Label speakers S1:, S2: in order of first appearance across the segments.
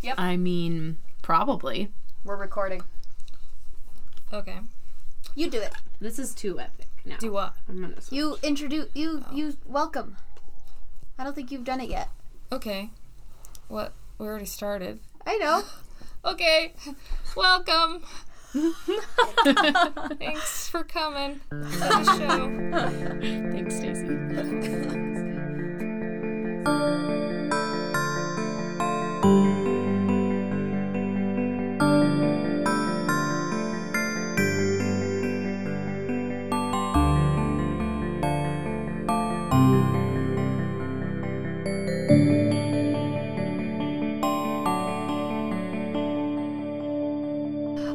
S1: Yep.
S2: I mean, probably.
S1: We're recording.
S3: Okay.
S1: You do it.
S2: This is too epic now.
S3: Do what?
S2: I'm gonna switch.
S1: You introduce. You you welcome. I don't think you've done it yet.
S3: Okay. What? We already started.
S1: I know.
S3: Okay. Welcome. Thanks for coming to the show.
S2: Thanks, Stacey.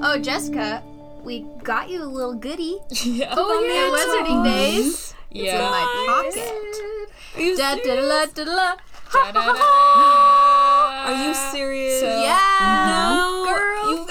S1: Oh, Jessica, we got you a little goodie
S3: Oh, Yeah.
S1: from the Oh, Wizarding Days. It's in
S3: Yeah.
S1: my pocket. Da da da da da.
S3: Da, da, da.
S4: Are you serious?
S3: Uh, So,
S1: Yeah,
S4: No,
S1: girl.
S4: you-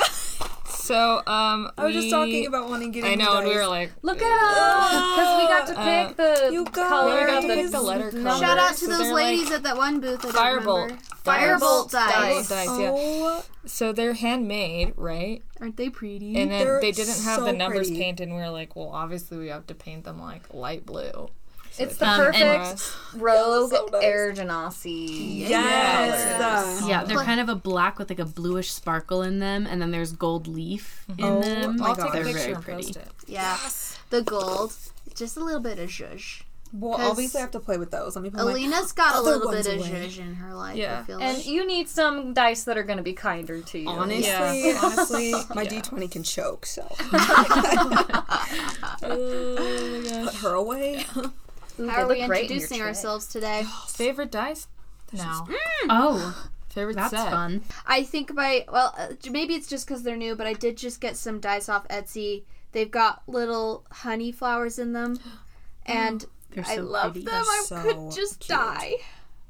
S3: So um.
S4: I was just
S3: we-
S4: talking about wanting getting.
S3: I know, and we
S4: dice.
S3: were like,
S1: Look at us. Because we got to
S3: Uh,
S1: pick the
S4: you guys.
S3: we
S1: color.
S3: got
S4: Where
S3: the,
S4: is
S3: the letter
S4: the-
S3: colors.
S1: Shout out to
S3: So
S1: those
S3: they're
S1: ladies
S3: Like,
S1: at that one booth. I don't
S3: Firebolt.
S1: remember. Firebolt dice.
S3: Firebolt dice. Yeah.
S4: Oh,
S3: So they're handmade, right?
S2: Aren't they pretty?
S3: And then
S4: They're
S3: they didn't have the
S4: so
S3: numbers
S4: pretty.
S3: painted, and we were like, well, obviously we have to paint them like light blue.
S5: It's the
S2: Um, and-
S5: perfect rogue
S4: So nice.
S5: air genasi.
S4: yes.
S2: yeah, they're kind of a black with like a bluish sparkle in them, and then there's gold leaf in them.
S3: Oh, I'll
S2: Oh they're
S3: take a picture
S2: very
S3: and
S2: pretty.
S3: post it.
S1: Yeah. The gold. Just a little bit of zhuzh.
S4: Well, obviously I have to play with those. I mean, like,
S1: Alina's got a
S4: other
S1: little
S4: ones
S1: bit of
S4: away.
S1: zhuzh in her life. I
S3: Yeah.
S1: feel like.
S5: And you need some dice that are going to be kinder to you.
S4: honestly,
S3: Yeah.
S4: honestly, my D20 can choke. So
S3: Oh my gosh.
S4: put her away.
S5: Ooh,
S1: How
S5: they
S1: are we
S5: look great in your
S1: introducing
S5: tray.
S1: ourselves today?
S3: Favorite dice? No.
S2: Oh,
S3: Favorite
S2: that's
S3: set.
S2: fun.
S1: I think my well, uh, j- maybe it's just because they're new, but I did just get some dice off Etsy. They've got little honey flowers in them, and
S2: They're so
S1: I love
S2: pretty.
S1: them. I
S4: They're so
S1: could just
S4: cute.
S1: die.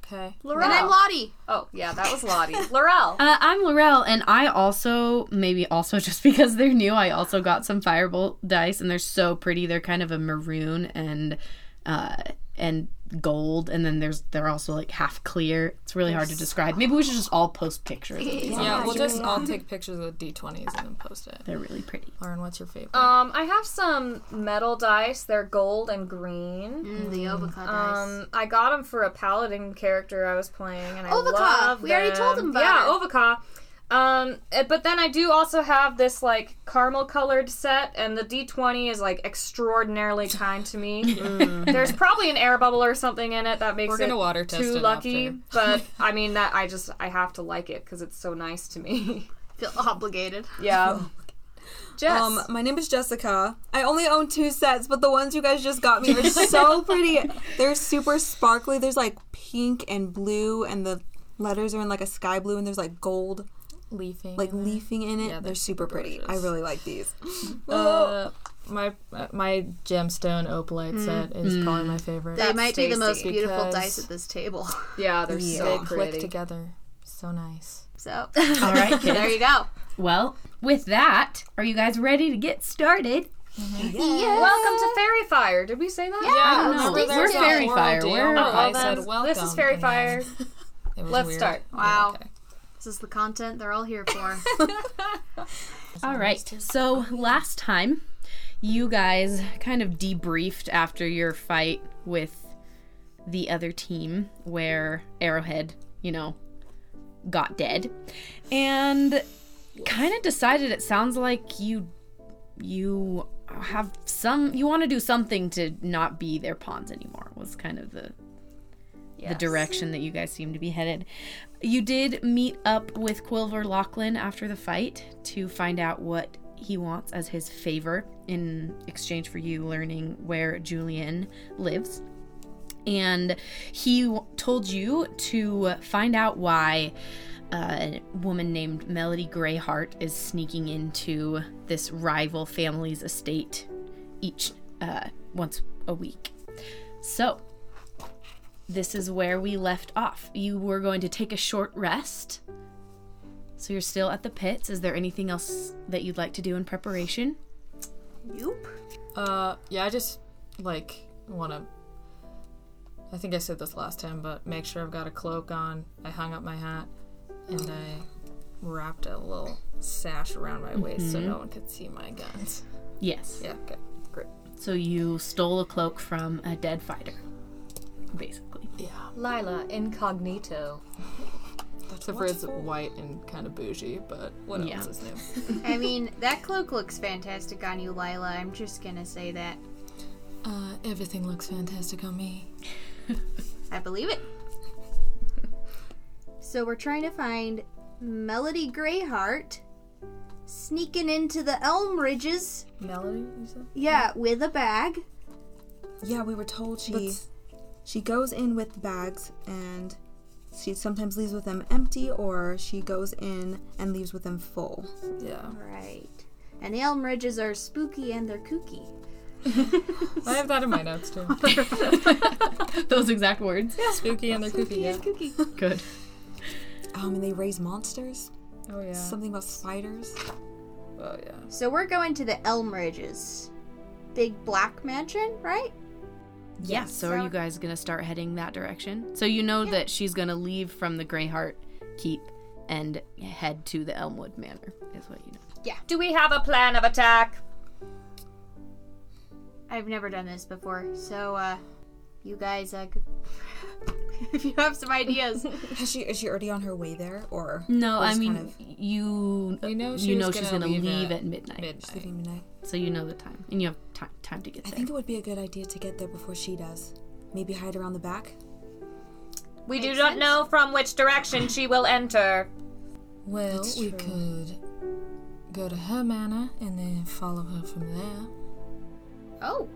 S3: Okay.
S5: Laurel.
S1: And I'm Lottie.
S5: oh, yeah, that was Lottie. Laurel.
S2: Uh, I'm Laurel, and I also, maybe also just because they're new, I also got some Firebolt dice, and they're so pretty. They're kind of a maroon and uh, and gold, and then there's they're also like half clear. It's really hard to describe. Maybe we should just all post pictures. of these.
S3: Yeah, we'll just all take pictures with D20s and then post it.
S2: They're really pretty.
S3: Lauren, what's your
S2: Oh,
S3: favorite?
S5: Um, I have some metal dice. They're gold and green.
S1: Mm, the Obaca dice.
S5: Um, I got them for a paladin character I was playing, and I
S1: Ovaka.
S5: love
S1: We already told them about
S5: yeah,
S1: it.
S5: Ovaka. Um, eh, but then I do also have this like caramel colored set, and the D20 is like extraordinarily kind to me. There's probably an air bubble or something in it that makes
S3: Mm. We're gonna
S5: it
S3: water test
S5: too
S3: it
S5: lucky.
S3: after.
S5: But I mean that I just I have to like it because it's so nice to me.
S1: Feel obligated.
S5: yeah.
S3: Oh,
S5: Jess.
S4: Um, my name is Jessica. I only own two sets, but the ones you guys just got me are so pretty. They're super sparkly. There's like pink and blue, and the letters are in like a sky blue, and there's like gold,
S3: Leafing.
S4: like leafing in it.
S3: Yeah,
S4: they're,
S3: they're
S4: super pretty.
S3: gorgeous.
S4: I really like these.
S3: Uh, my uh, my gemstone opalite set is
S2: Mm.
S3: probably my favorite.
S1: They might be the most
S5: tasty
S1: beautiful
S3: because-
S1: dice at this table.
S5: yeah, they're
S3: they
S5: so
S3: click
S5: pretty.
S3: together. So nice.
S1: So
S2: All right, kids.
S1: there you go.
S2: Well, with that, are you guys ready to get started?
S5: Welcome to Fairy Fire. Did we say that? Yeah.
S3: Oh,
S2: I don't know.
S1: Remember
S2: We're
S1: there's a
S2: fairy
S3: oral
S2: fire.
S3: deal.
S2: We're
S3: Oh,
S2: I
S3: well,
S2: said-
S3: then- welcome,
S5: This is Fairy
S3: and
S5: Fire.
S3: then- It was
S5: Let's
S3: weird.
S5: start.
S3: Yeah,
S1: Wow.
S2: Oh,
S3: okay.
S1: This is the content they're all here for.
S2: All right. So last time, you guys kind of debriefed after your fight with the other team, where Arrowhead, you know, got dead, and kind of decided it sounds like you you have some you want to do something to not be their pawns anymore was kind of the the direction that you guys seem to be headed. You did meet up with Quilver Lachlan after the fight to find out what he wants as his favor in exchange for you learning where Julian lives. And he w- told you to find out why uh, a woman named Melody Greyheart is sneaking into this rival family's estate each uh, once a week. So, this is where we left off. You were going to take a short rest. So you're still at the pits. Is there anything else that you'd like to do in preparation?
S1: Nope.
S3: Uh, yeah, I just like want to. I Oh. think I said this last time, but make sure I've got a cloak on. I hung up my hat, and I wrapped a little sash around my waist so
S2: Mm-hmm.
S3: no one could see my guns.
S2: Yes.
S3: Yeah, okay. Great.
S2: So you stole a cloak from a dead fighter, basically.
S3: Yeah.
S5: Lila incognito.
S3: Except for it's white and kind of bougie, but what
S2: Yeah.
S3: else is new?
S1: I mean, that cloak looks fantastic on you, Lila. I'm just gonna say that.
S3: Uh, everything looks fantastic on me.
S1: I believe it. so we're trying to find Melody Greyheart sneaking into the elm ridges.
S3: Melody, you said?
S1: Yeah, with a bag.
S4: Yeah, we were told she
S3: That's-
S4: she goes in with bags and she sometimes leaves with them empty or she goes in and leaves with them full.
S3: Yeah.
S1: Right. And the elm ridges are spooky and they're kooky.
S3: I have that in my notes too.
S2: Those exact words.
S3: Spooky and their cookie, yeah.
S2: Good.
S4: Um, and they raise monsters.
S3: Oh, yeah.
S4: Something about spiders.
S3: oh, yeah.
S1: So we're going to the elm ridges. Big black mansion, right?
S2: Yeah. So are you guys gonna start heading that direction? So you know that she's gonna leave from the Greyheart Keep and head to the Elmwood Manor. Is what you know.
S5: Do we have a plan of attack?
S1: I've never done this before, so uh, you guys, uh, g- if you have some ideas,
S4: Has she is she already on her way there or
S2: No, I
S4: just
S2: mean
S4: kind of-
S2: you.
S3: You know she
S2: you
S3: was
S2: know she's
S3: gonna
S2: gonna
S3: leave
S2: leave,
S3: at
S2: at, midnight,
S4: she's leaving midnight?
S2: so you know the time, and you have time time to get
S4: I
S2: there.
S4: think it would be a good idea to get there before she does. Maybe hide around the back.
S5: We do not know from which direction she will enter.
S3: Well, we could go to her manor and then follow her from there.
S1: oh,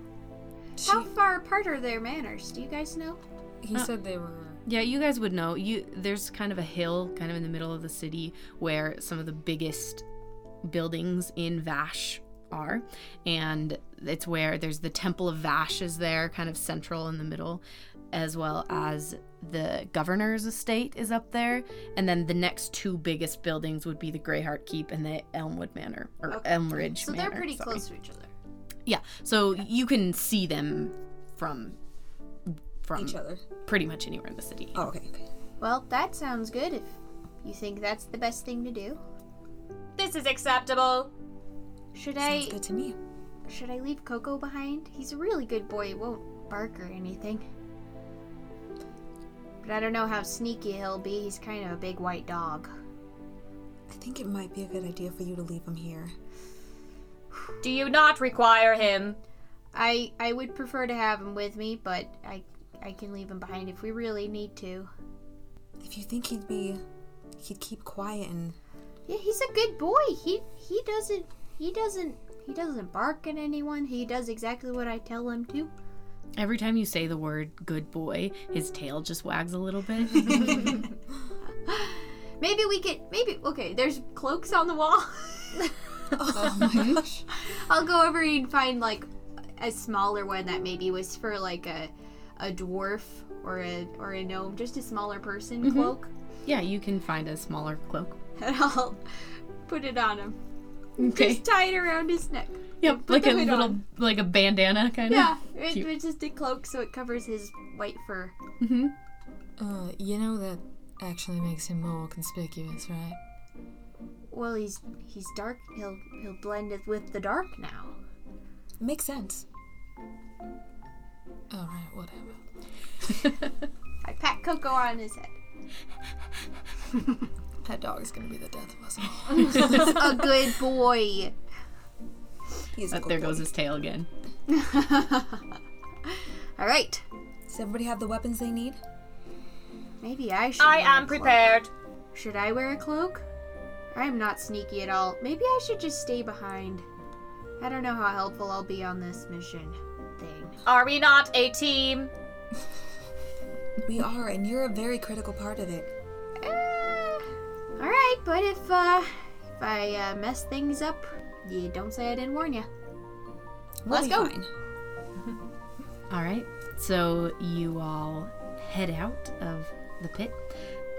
S1: how far apart are their manners? Do you guys know?
S3: He said they were.
S2: Yeah, you guys would know. You there's kind of a hill kind of in the middle of the city where some of the biggest buildings in Vash are and it's where there's the Temple of Vash is there kind of central in the middle as well as the governor's estate is up there and then the next two biggest buildings would be the Greyheart Keep and the Elmwood Manor or Elmridge
S1: So
S2: Manor.
S1: they're pretty
S2: sorry.
S1: close to each other.
S2: Yeah. So you can see them from from
S4: Each other.
S2: pretty much anywhere in the city.
S4: Oh, okay, okay.
S1: Well, that sounds good. If you think that's the best thing to do,
S5: This is acceptable.
S1: should
S4: Sounds
S1: I
S4: good to me.
S1: should I leave Coco behind? He's a really good boy. He won't bark or anything. But I don't know how sneaky he'll be. He's kind of a big white dog.
S4: I think it might be a good idea for you to leave him here.
S5: Do you not require him?
S1: I I would prefer to have him with me, but I I can leave him behind if we really need to.
S4: If you think he'd be he'd keep quiet and
S1: Yeah, he's a good boy. He he doesn't he doesn't he doesn't bark at anyone. He does exactly what I tell him to.
S2: Every time you say the word good boy, his tail just wags a little bit.
S1: Maybe we could maybe okay, there's cloaks on the wall.
S4: Oh my gosh.
S1: I'll go over and find like a smaller one that maybe was for like a a dwarf or a or a gnome, just a smaller person cloak.
S2: yeah, you can find a smaller cloak.
S1: And I'll put it on him.
S2: Okay.
S1: Just tie it around his neck.
S2: Yep, like
S1: the
S2: a
S1: hood
S2: little
S1: on.
S2: like a bandana kind
S1: Yeah,
S2: of.
S1: it,
S2: Cute.
S1: it's just a cloak so it covers his white fur.
S3: Uh, you know that actually makes him more conspicuous, right?
S1: Well, he's he's dark. He'll he'll blend it with the dark now.
S4: Makes sense.
S3: All Oh, right, whatever.
S1: I pat Coco on his head.
S3: Pet dog is gonna be the death of us all.
S1: A good boy.
S4: He's
S2: But there goes his tail again.
S1: All right.
S4: Does everybody have the weapons they need?
S1: Maybe I should.
S5: I
S1: wear
S5: am
S1: a cloak.
S5: prepared.
S1: Should I wear a cloak? I'm not sneaky at all. Maybe I should just stay behind. I don't know how helpful I'll be on this mission thing.
S5: Are we not a team?
S4: We are, and you're a very critical part of it.
S1: Eh, All right, but if uh, if I uh, mess things up, you don't say I didn't warn you.
S4: We'll
S1: Let's
S4: be
S1: go.
S4: fine.
S2: All right. So you all head out of the pit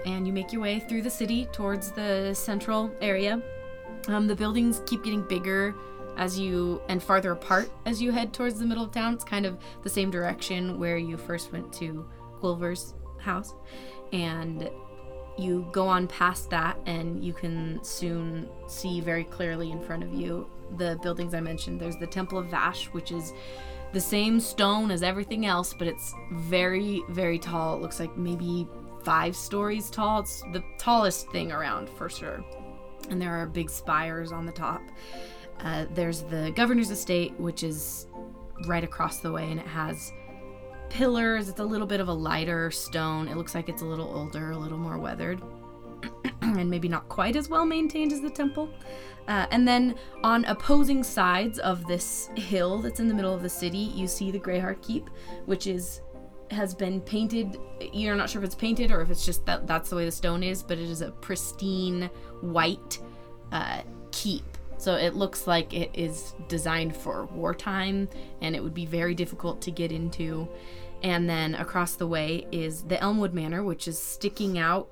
S2: and you make your way through the city towards the central area. Um, the buildings keep getting bigger as you and farther apart as you head towards the middle of town. It's kind of the same direction where you first went to Quilver's house. And you go on past that, and you can soon see very clearly in front of you the buildings I mentioned. There's the Temple of Vash, which is the same stone as everything else, but it's very, very tall. It looks like maybe five stories tall. It's the tallest thing around for sure. And there are big spires on the top. Uh, there's the governor's estate, which is right across the way, and it has pillars. It's a little bit of a lighter stone. It looks like it's a little older, a little more weathered, and maybe not quite as well maintained as the temple. Uh, and then on opposing sides of this hill that's in the middle of the city, you see the Greyheart Keep, which is has been painted. You're not sure if it's painted or if it's just that that's the way the stone is, but it is a pristine white uh, keep. So it looks like it is designed for wartime and it would be very difficult to get into. And then across the way is the Elmwood Manor, which is sticking out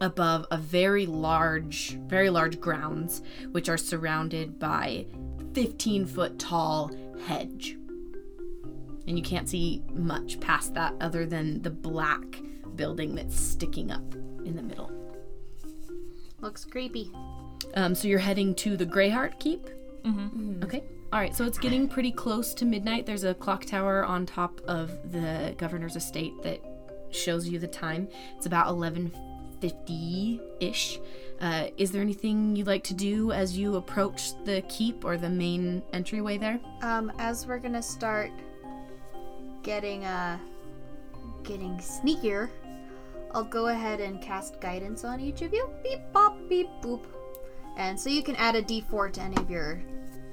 S2: above a very large, very large grounds, which are surrounded by 15 foot tall hedge. And you can't see much past that other than the black building that's sticking up in the middle.
S1: Looks creepy.
S2: Um, so you're heading to the Greyheart Keep. Mm-hmm. Okay. All right. So it's getting pretty close to midnight. There's a clock tower on top of the governor's estate that shows you the time. It's about 11:50 ish. Uh, is there anything you'd like to do as you approach the keep or the main entryway there?
S1: Um, as we're gonna start getting uh getting sneakier, I'll go ahead and cast guidance on each of you. Beep bop beep boop. And so you can add a D four to any of your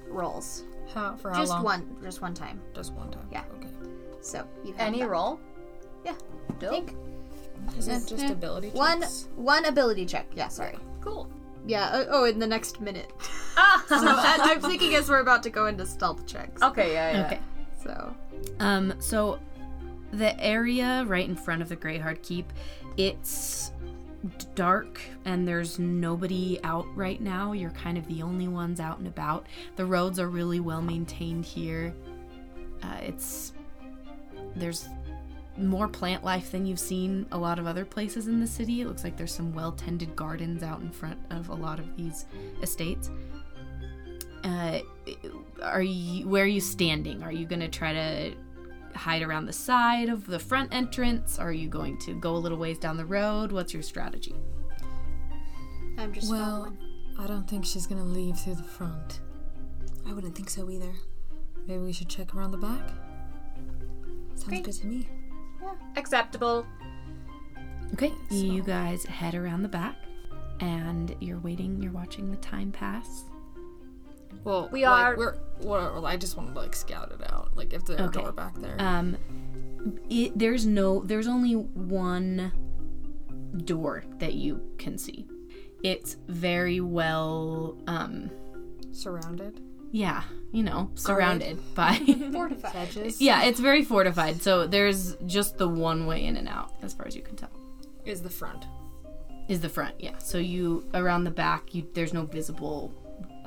S1: rolls.
S3: How, for how
S1: Just
S3: long?
S1: one just one time.
S3: Just one time.
S1: Yeah.
S3: Okay.
S1: So you have
S5: Any
S1: that.
S5: roll?
S1: Yeah.
S5: Dope.
S1: Think.
S3: Is it just ability?
S1: One
S3: checks?
S1: one ability check. Yeah, sorry.
S5: Cool.
S1: Yeah, uh, oh, in the next minute.
S5: Ah.
S1: So I- I'm thinking as we're about to go into stealth checks.
S5: Okay. Yeah. yeah.
S2: Okay.
S1: So
S2: Um, so the area right in front of the Greyheart Keep, it's dark and there's nobody out right now. You're kind of the only ones out and about. The roads are really well maintained here. Uh, it's there's more plant life than you've seen a lot of other places in the city. It looks like there's some well tended gardens out in front of a lot of these estates. Uh, are you where are you standing? Are you gonna try to hide around the side of the front entrance? Are you going to go a little ways down the road? What's your strategy?
S1: I'm just
S3: Well, I don't think she's gonna leave through the front.
S4: I wouldn't think so either.
S3: Maybe we should check around the back.
S4: Sounds good to me.
S5: Acceptable.
S2: Okay, you guys head around the back, and you're waiting. You're watching the time pass.
S3: Well,
S5: We
S3: like,
S5: are-
S3: We're, well, I just want to like scout it out. Like if there's a
S2: Okay.
S3: door back there.
S2: Um, it, there's no, there's only one door that you can see. It's very well, um,
S3: Surrounded.
S2: yeah, you know, surrounded by
S1: fortified.
S3: Hedges.
S2: Yeah, it's very fortified. So there's just the one way in and out, as far as you can tell,
S3: Is the front.
S2: is the front. Yeah. So you around the back, you there's no visible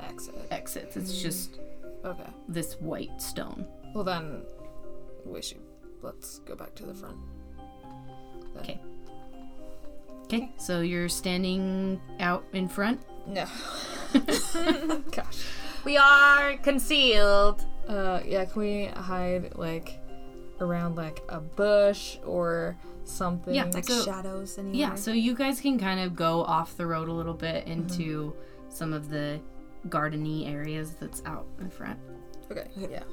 S3: Exit. Mm.
S2: exits. It's just
S3: Okay.
S2: this white stone.
S3: Well then, we should. Let's go back to the front. Then-
S2: Okay. Okay. So you're standing out in front.
S3: No. Gosh.
S5: We are concealed.
S3: Uh, yeah. Can we hide like around like a bush or something?
S2: Yeah.
S4: Like
S2: So-
S4: shadows anywhere.
S2: Yeah. So you guys can kind of go off the road a little bit into some of the gardeny areas that's out in front.
S3: Okay. Yeah.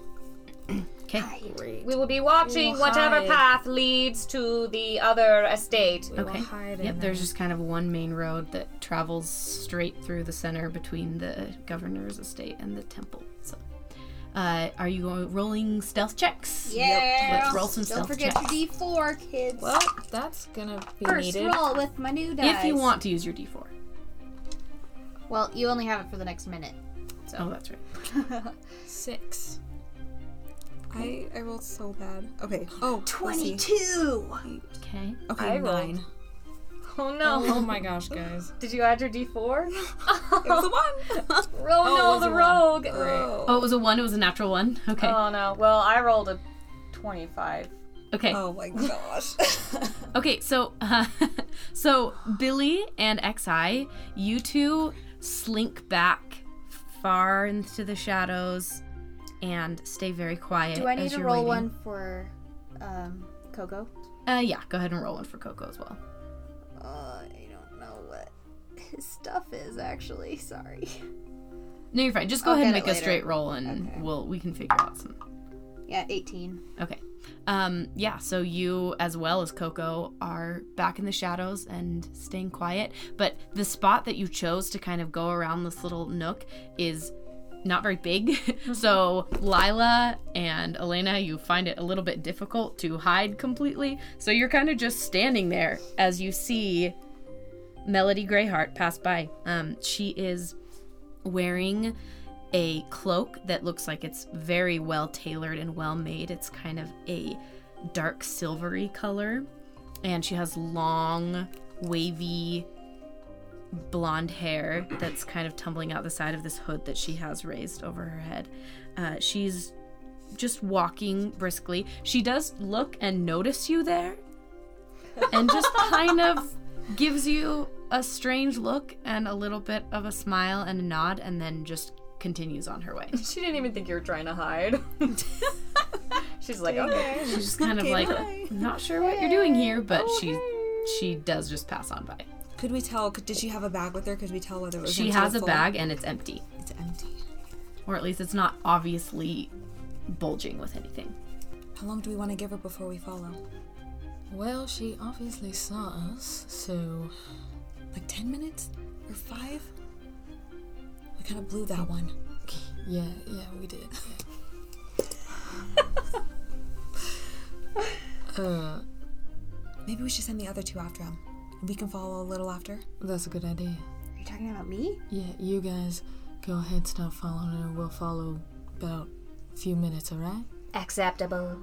S2: Okay.
S3: Great.
S5: We will be watching
S3: We'll
S5: whatever
S3: hide.
S5: path leads to the other estate.
S3: We will
S2: Okay.
S3: hide in
S2: Yep, there's
S3: there.
S2: just kind of one main road that travels straight through the center between the governor's estate and the temple. So, uh, are you go- rolling stealth checks?
S1: Yeah.
S2: Let's roll some
S1: Don't
S2: stealth
S1: forget
S2: checks.
S1: your D4, kids.
S3: Well, Oh, that's gonna be
S1: First
S3: needed.
S1: roll with my new dice.
S2: If you want to use your d4.
S1: Well, you only have it for the next minute.
S2: Oh, that's right.
S3: Six.
S4: I, I rolled so bad. Okay. Oh, 22.
S2: Okay.
S4: Okay,
S5: I rolled.
S4: nine.
S5: Oh no.
S3: Oh my gosh, guys.
S5: Did you add your
S4: It
S5: D4?
S4: was a one.
S5: Roll
S3: Oh, it
S5: no,
S3: was
S5: the
S3: a one.
S5: rogue.
S4: oh.
S5: Uh,
S2: Oh, it was a one. It was a natural one. Okay.
S5: Oh no. Well, I rolled a 25.
S2: Okay.
S4: Oh my gosh.
S2: Okay, so uh, so Billy and XI, you two slink back far into the shadows and stay very quiet.
S1: Do I need
S2: as
S1: to
S2: you're
S1: roll
S2: waiting.
S1: one for um, Coco?
S2: Uh, yeah, go ahead and roll one for Coco as well.
S1: Uh, I don't know what his stuff is actually. Sorry.
S2: No, you're fine. Just go
S1: I'll
S2: ahead and
S1: get
S2: make
S1: it
S2: a
S1: later.
S2: straight roll, and we'll we can figure out some.
S1: Yeah, 18.
S2: Okay. Um, yeah, so you as well as Coco are back in the shadows and staying quiet. But the spot that you chose to kind of go around this little nook is not very big. so Lila and Elena, you find it a little bit difficult to hide completely. So you're kind of just standing there as you see Melody Greyheart pass by. Um, she is wearing a cloak that looks like it's very well tailored and well made. It's kind of a dark silvery color. And she has long, wavy blonde hair that's kind of tumbling out the side of this hood that she has raised over her head. Uh, she's just walking briskly. She does look and notice you there and just kind of gives you a strange look and a little bit of a smile and a nod and then just continues on her way.
S5: She didn't even think you were trying to hide. She's like, okay. Oh,
S2: She's just kind of like not sure what you're doing here, but she she does just pass on by.
S4: Could we tell? Could, did she have a bag with her? Could we tell whether it was
S2: She
S4: empty
S2: has
S4: or
S2: a
S4: full?
S2: bag and it's empty.
S4: It's empty.
S2: Or at least it's not obviously bulging with anything.
S4: How long do we want to give her before we follow?
S3: Well, she obviously saw us, so
S4: Like ten minutes or five? We kind of blew that one.
S3: yeah, yeah, we did. uh,
S4: Maybe we should send the other two after him. We can follow a little after.
S3: that's a good idea.
S1: Are you talking about me?
S3: Yeah, you guys go ahead, start following her. We'll follow about a few minutes, alright?
S5: Acceptable.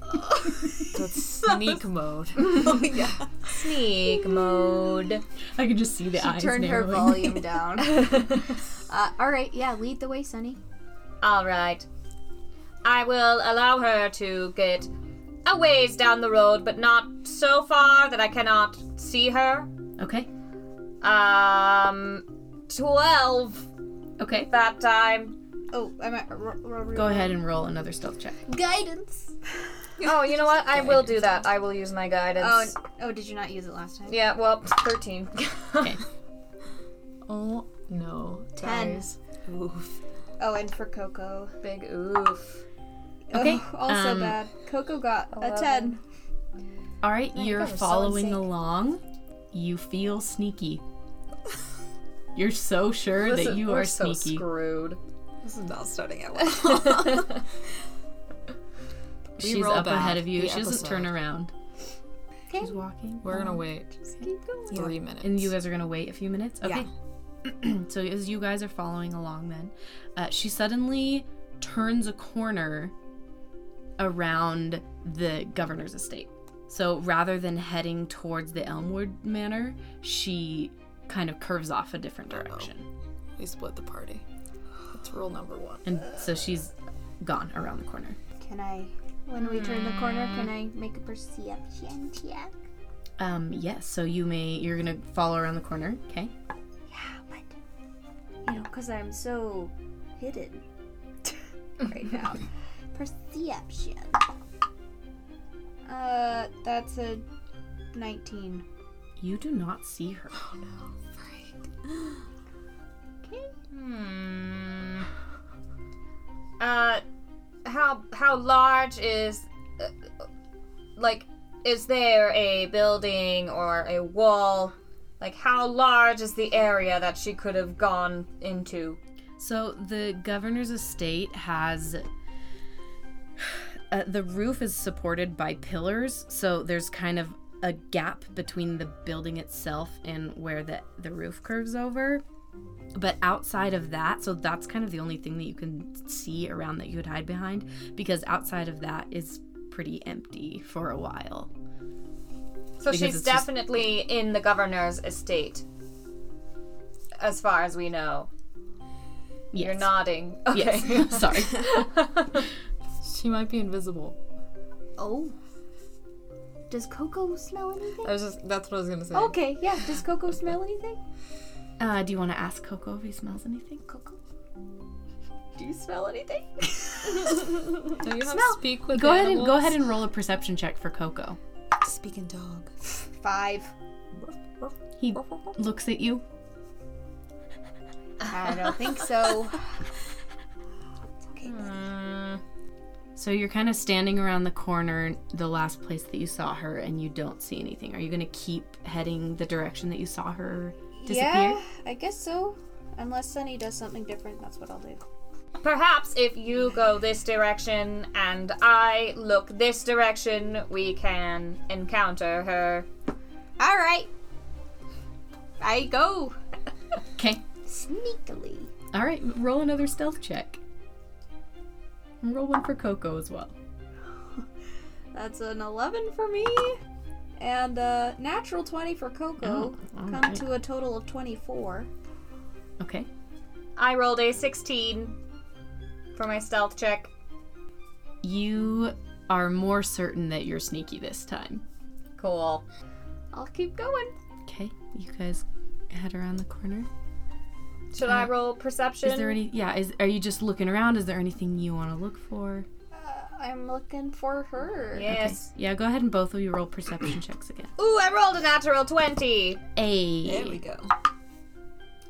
S3: That's sneak mode.
S5: Sneak mode.
S2: I can just see the eyes.
S1: Turn her
S2: narrowing.
S1: volume down. uh, all right, yeah, lead the way, Sunny.
S5: All right. I will allow her to get a ways down the road, but not so far that I cannot see her.
S2: Okay.
S5: Um, 12
S2: Okay.
S5: that time.
S1: Oh, I'm at ro- ro- ro-
S2: Go ahead and roll another stealth check.
S1: guidance.
S5: Oh, you know what? I will do that. I will use my guidance.
S1: Oh, n- oh, did you not use it last time?
S5: yeah, well, 13.
S2: Okay.
S3: Oh no.
S1: Ten.
S3: guys.
S1: Oh, and for Coco.
S5: Big oof.
S2: Okay,
S1: Oh, also
S2: um,
S1: bad. Coco got a 10.
S5: eleven.
S2: All
S5: Oh
S2: right, you're
S1: so in
S2: following
S1: sync.
S2: along. You feel sneaky. You're so sure that
S5: Listen,
S2: you
S5: we're
S2: are
S5: so
S2: sneaky.
S5: screwed.
S4: This is not starting out well.
S2: She's
S3: roll
S2: up
S3: back
S2: ahead of you.
S3: the
S2: She doesn't turn
S3: episode.
S2: around.
S1: Okay.
S2: She's walking.
S3: We're gonna wait
S1: Keep going.
S3: three minutes.
S2: And you guys are gonna wait a few minutes. Okay. so as you guys are following along, then uh, she suddenly turns a corner around the governor's estate. So rather than heading towards the Elmwood Manor, she kind of curves off a different direction,
S3: we split the party. That's rule number one.
S2: and so she's gone around the corner.
S1: Can I, when we turn the corner, can I make a perception check?
S2: Um, yes. so you may you're gonna follow around the corner. Okay.
S1: Yeah, but, you know, because I'm so hidden right now. Perception. Uh, that's a 19.
S2: You do not see her.
S1: Okay.
S5: Hmm. Uh, how how large is uh, like is there a building or a wall? Like how large is the area that she could have gone into?
S2: So the governor's estate has. Uh, the roof is supported by pillars, so there's kind of a gap between the building itself and where the, the roof curves over. But outside of that, so that's kind of the only thing that you can see around that you could hide behind, because outside of that is pretty empty for a while.
S5: So
S2: Because
S5: she's
S2: it's just-
S5: definitely in the governor's estate. As far as we know.
S2: Yes.
S5: You're nodding. Okay.
S2: Yes. Sorry.
S3: She might be invisible.
S1: Oh. Does Coco smell anything?
S3: I was just that's what I was gonna say.
S2: Oh,
S1: Okay, yeah. Does Coco smell anything?
S2: Uh, do you want to ask Coco if he smells anything?
S1: Coco. Do you smell anything?
S3: Do you have speak with
S2: Go ahead and go ahead and roll a perception check for Coco.
S4: Speaking dog.
S1: Five.
S2: He looks at you.
S1: I don't think so.
S2: So you're kind of standing around the corner, the last place that you saw her, and you don't see anything. Are you going to keep heading the direction that you saw her disappear?
S1: Yeah, I guess so. Unless Sunny does something different, that's what I'll do.
S5: Perhaps if you go this direction and I look this direction, we can encounter her.
S1: All right. I go
S2: Okay.
S1: sneakily.
S2: All right, roll another stealth check. And roll one for Coco as well.
S1: That's an 11 for me. And a natural 20 for Coco.
S2: all
S1: come
S2: right.
S1: to a total of 24.
S2: Okay.
S5: I rolled a 16 for my stealth check.
S2: You are more certain that you're sneaky this time.
S5: Cool.
S1: I'll keep going.
S2: Okay, you guys head around the corner.
S5: Should I roll perception?
S2: Is there any? Yeah. Is are you just looking around? Is there anything you want to look for?
S1: I'm looking for her.
S5: yes.
S2: Yeah. Go ahead and both of you roll perception checks again.
S5: Ooh, I rolled a natural 20.
S2: A.
S4: There we go.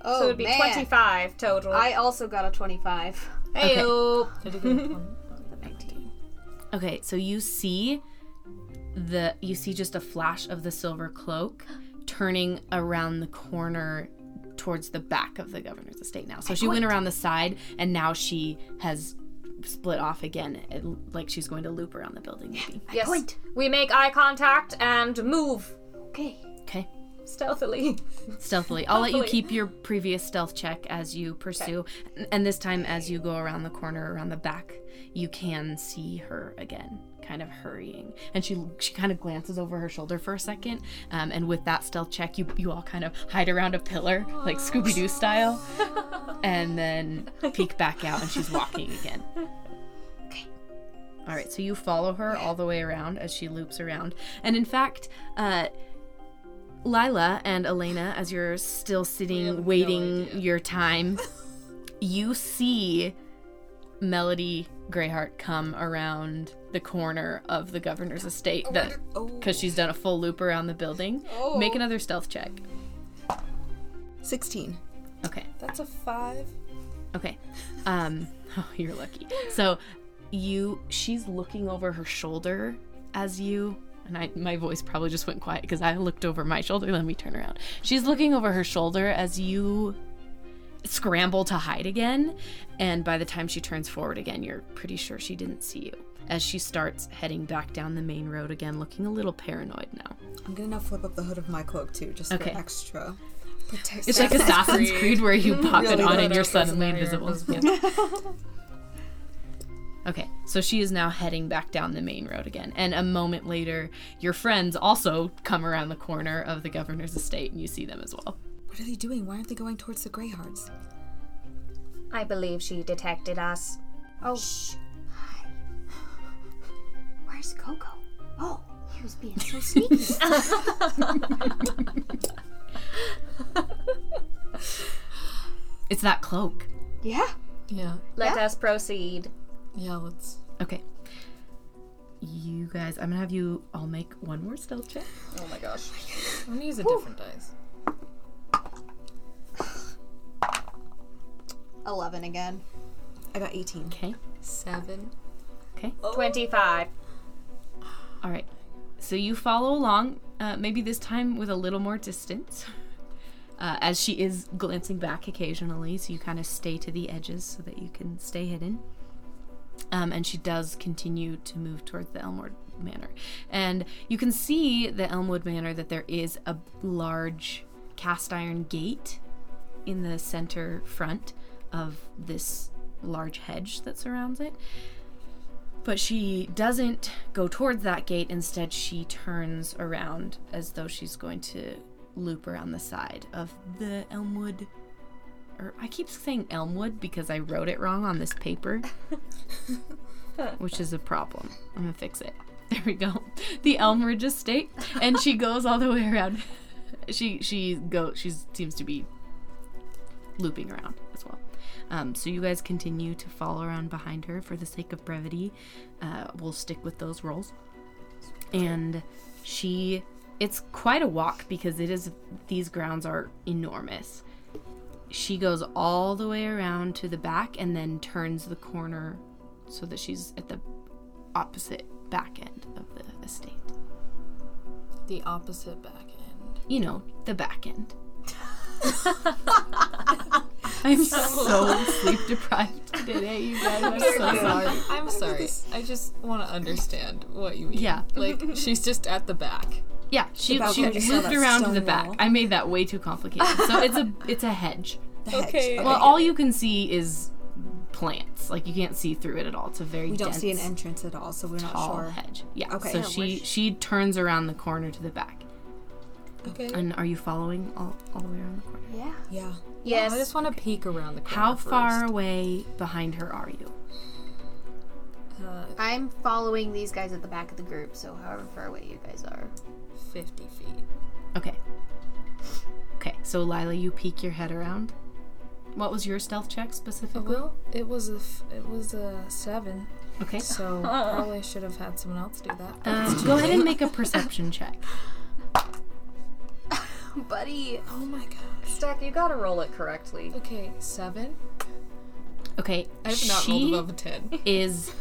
S1: Oh,
S5: so it would be
S1: man.
S5: 25 total.
S1: I also got a 25.
S5: hey,
S2: Okay, so you see the you see just a flash of the silver cloak turning around the corner towards the back of the governor's estate now. So she went around the side and now she has split off again it- like she's going to loop around the building maybe.
S5: yes. We make eye contact and move
S1: Okay.
S2: Okay.
S5: stealthily.
S2: Stealthily. I'll let you keep your previous stealth check as you pursue and- and this time as you go around the corner around the back you can see her again kind of hurrying and she she kind of glances over her shoulder for a second um, and with that stealth check you you all kind of hide around a pillar like scooby-doo style and then peek back out and she's walking again all right so you follow her all the way around as she loops around and in fact uh Lila and Elena, as you're still sitting waiting your time, you see Melody Greyheart come around the corner of the governor's estate that because she's done a full loop around the building. Make another stealth check.
S4: 16.
S2: Okay.
S4: That's a 5.
S2: Okay. Um, oh, you're lucky. So you, she's looking over her shoulder as you, and I, my voice probably just went quiet because I looked over my shoulder. Let me turn around. She's looking over her shoulder as you scramble to hide again. And by the time she turns forward again, you're pretty sure she didn't see you. As she starts heading back down the main road again, looking a little paranoid now.
S4: I'm gonna now flip up the hood of my cloak too, just
S2: Okay.
S4: for extra.
S2: It's like Assassin's Creed where you pop it
S4: Really
S2: on
S4: good
S2: and you're
S3: at
S2: suddenly
S3: personal
S2: invisible. Yeah. okay, so she is now heading back down the main road again. And a moment later, your friends also come around the corner of the governor's estate and you see them as well.
S4: What are they doing? Why aren't they going towards the Greyhearts?
S5: I believe she detected us.
S1: Oh. Shh. Where's Coco? Oh, he was being so sneaky.
S2: It's that cloak.
S1: yeah.
S3: Yeah.
S5: Let us proceed.
S3: Yeah, let's
S2: Okay. You guys, I'm gonna have you all make one more stealth check.
S3: Oh my gosh. I'm gonna use a different dice.
S1: 11 again.
S4: I got 18.
S2: Okay.
S3: Seven.
S5: Oh. 25.
S2: All right. So you follow along, uh, maybe this time with a little more distance, uh, as she is glancing back occasionally. So you kind of stay to the edges so that you can stay hidden. Um, and she does continue to move towards the Elmwood Manor. And you can see the Elmwood Manor that there is a large cast iron gate in the center front of this large hedge that surrounds it. But she doesn't go towards that gate. Instead, she turns around as though she's going to loop around the side of the Elmwood. Or I keep saying Elmwood because I wrote it wrong on this paper, which is a problem. I'm gonna fix it. There we go. The Elmridge estate, and she goes all the way around. She she go she seems to be looping around as well. Um, so you guys continue to follow around behind her for the sake of brevity. Uh, we'll stick with those rolls. And she, it's quite a walk because it is. These grounds are enormous. She goes all the way around to the back and then turns the corner so that she's at the opposite back end of the estate.
S3: The opposite back end.
S2: You know, the back end. I'm so sleep deprived today, you guys. I'm so sorry.
S3: I'm sorry. I just want to understand what you mean.
S2: Yeah.
S3: Like she's just at the back.
S2: Yeah, she,
S4: The
S2: she
S4: balcony.
S2: moved around to the
S4: Stone
S2: back.
S4: wall.
S2: I made that way too complicated. So it's a it's a hedge.
S4: The hedge.
S3: Okay.
S2: Well, all you can see is plants. Like you can't see through it at all. It's a very
S4: we don't
S2: dense,
S4: see an entrance at all, so we're not
S2: tall
S4: sure.
S2: hedge. Yeah.
S4: Okay.
S2: So
S4: Yeah,
S2: she she turns around the corner to the back.
S4: Okay.
S2: And are you following all, all the way around the corner?
S1: Yeah.
S4: Yeah.
S5: Yes.
S3: I just want to peek around the corner.
S2: How far
S3: first.
S2: away behind her are you?
S3: Uh,
S1: I'm following these guys at the back of the group, so however far away you guys are.
S3: Fifty feet.
S2: Okay. Okay. So Lila, you peek your head around. What was your stealth check specifically?
S3: Oh, Well, it was a f- it was a seven,
S2: Okay.
S3: so probably should have had someone else do that.
S2: Um, go ahead and make a perception check.
S1: Buddy,
S3: oh my gosh.
S5: Stack, you gotta roll it correctly.
S3: Okay, seven.
S2: Okay.
S3: I have not rolled above a ten.
S2: is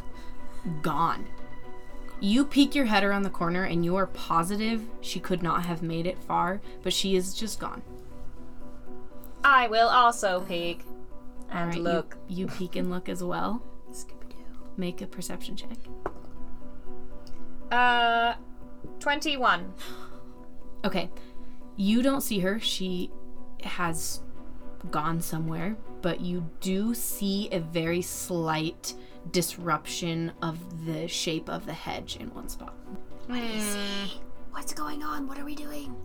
S2: gone. You peek your head around the corner and you are positive she could not have made it far, but she is just gone.
S5: I will also peek and
S2: Alright, you-
S5: look.
S2: You, peek and look as well. Make a perception check.
S5: Uh, 21.
S2: Okay. You don't see her. She has gone somewhere, but you do see a very slight disruption of the shape of the hedge in one spot.
S1: what's going on? What are we doing?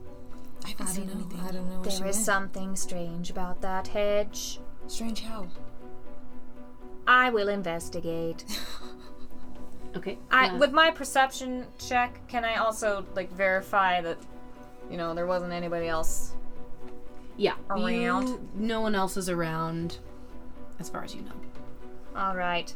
S4: I haven't seen anything.
S3: I don't know. What she
S5: There is
S3: meant.
S5: something strange about that hedge.
S4: Strange how.
S5: I will investigate.
S2: Okay.
S5: I
S2: uh,
S5: with my perception check, can I also like verify that you know there wasn't anybody else?
S2: Yeah.
S5: Around.
S2: You- no one else is around, as far as you know.
S5: All right.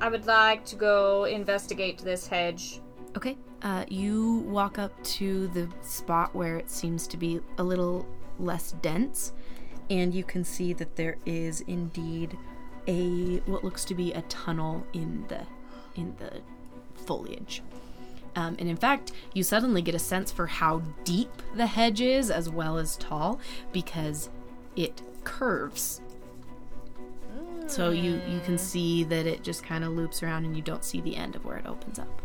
S5: I would like to go investigate this hedge.
S2: Okay. Uh, you walk up to the spot where it seems to be a little less dense, and you can see that there is indeed a what looks to be a tunnel in the in the foliage. Um, and in fact, you suddenly get a sense for how deep the hedge is as well as tall because it curves. So you you can see that it just kind of loops around and you don't see the end of where it opens up.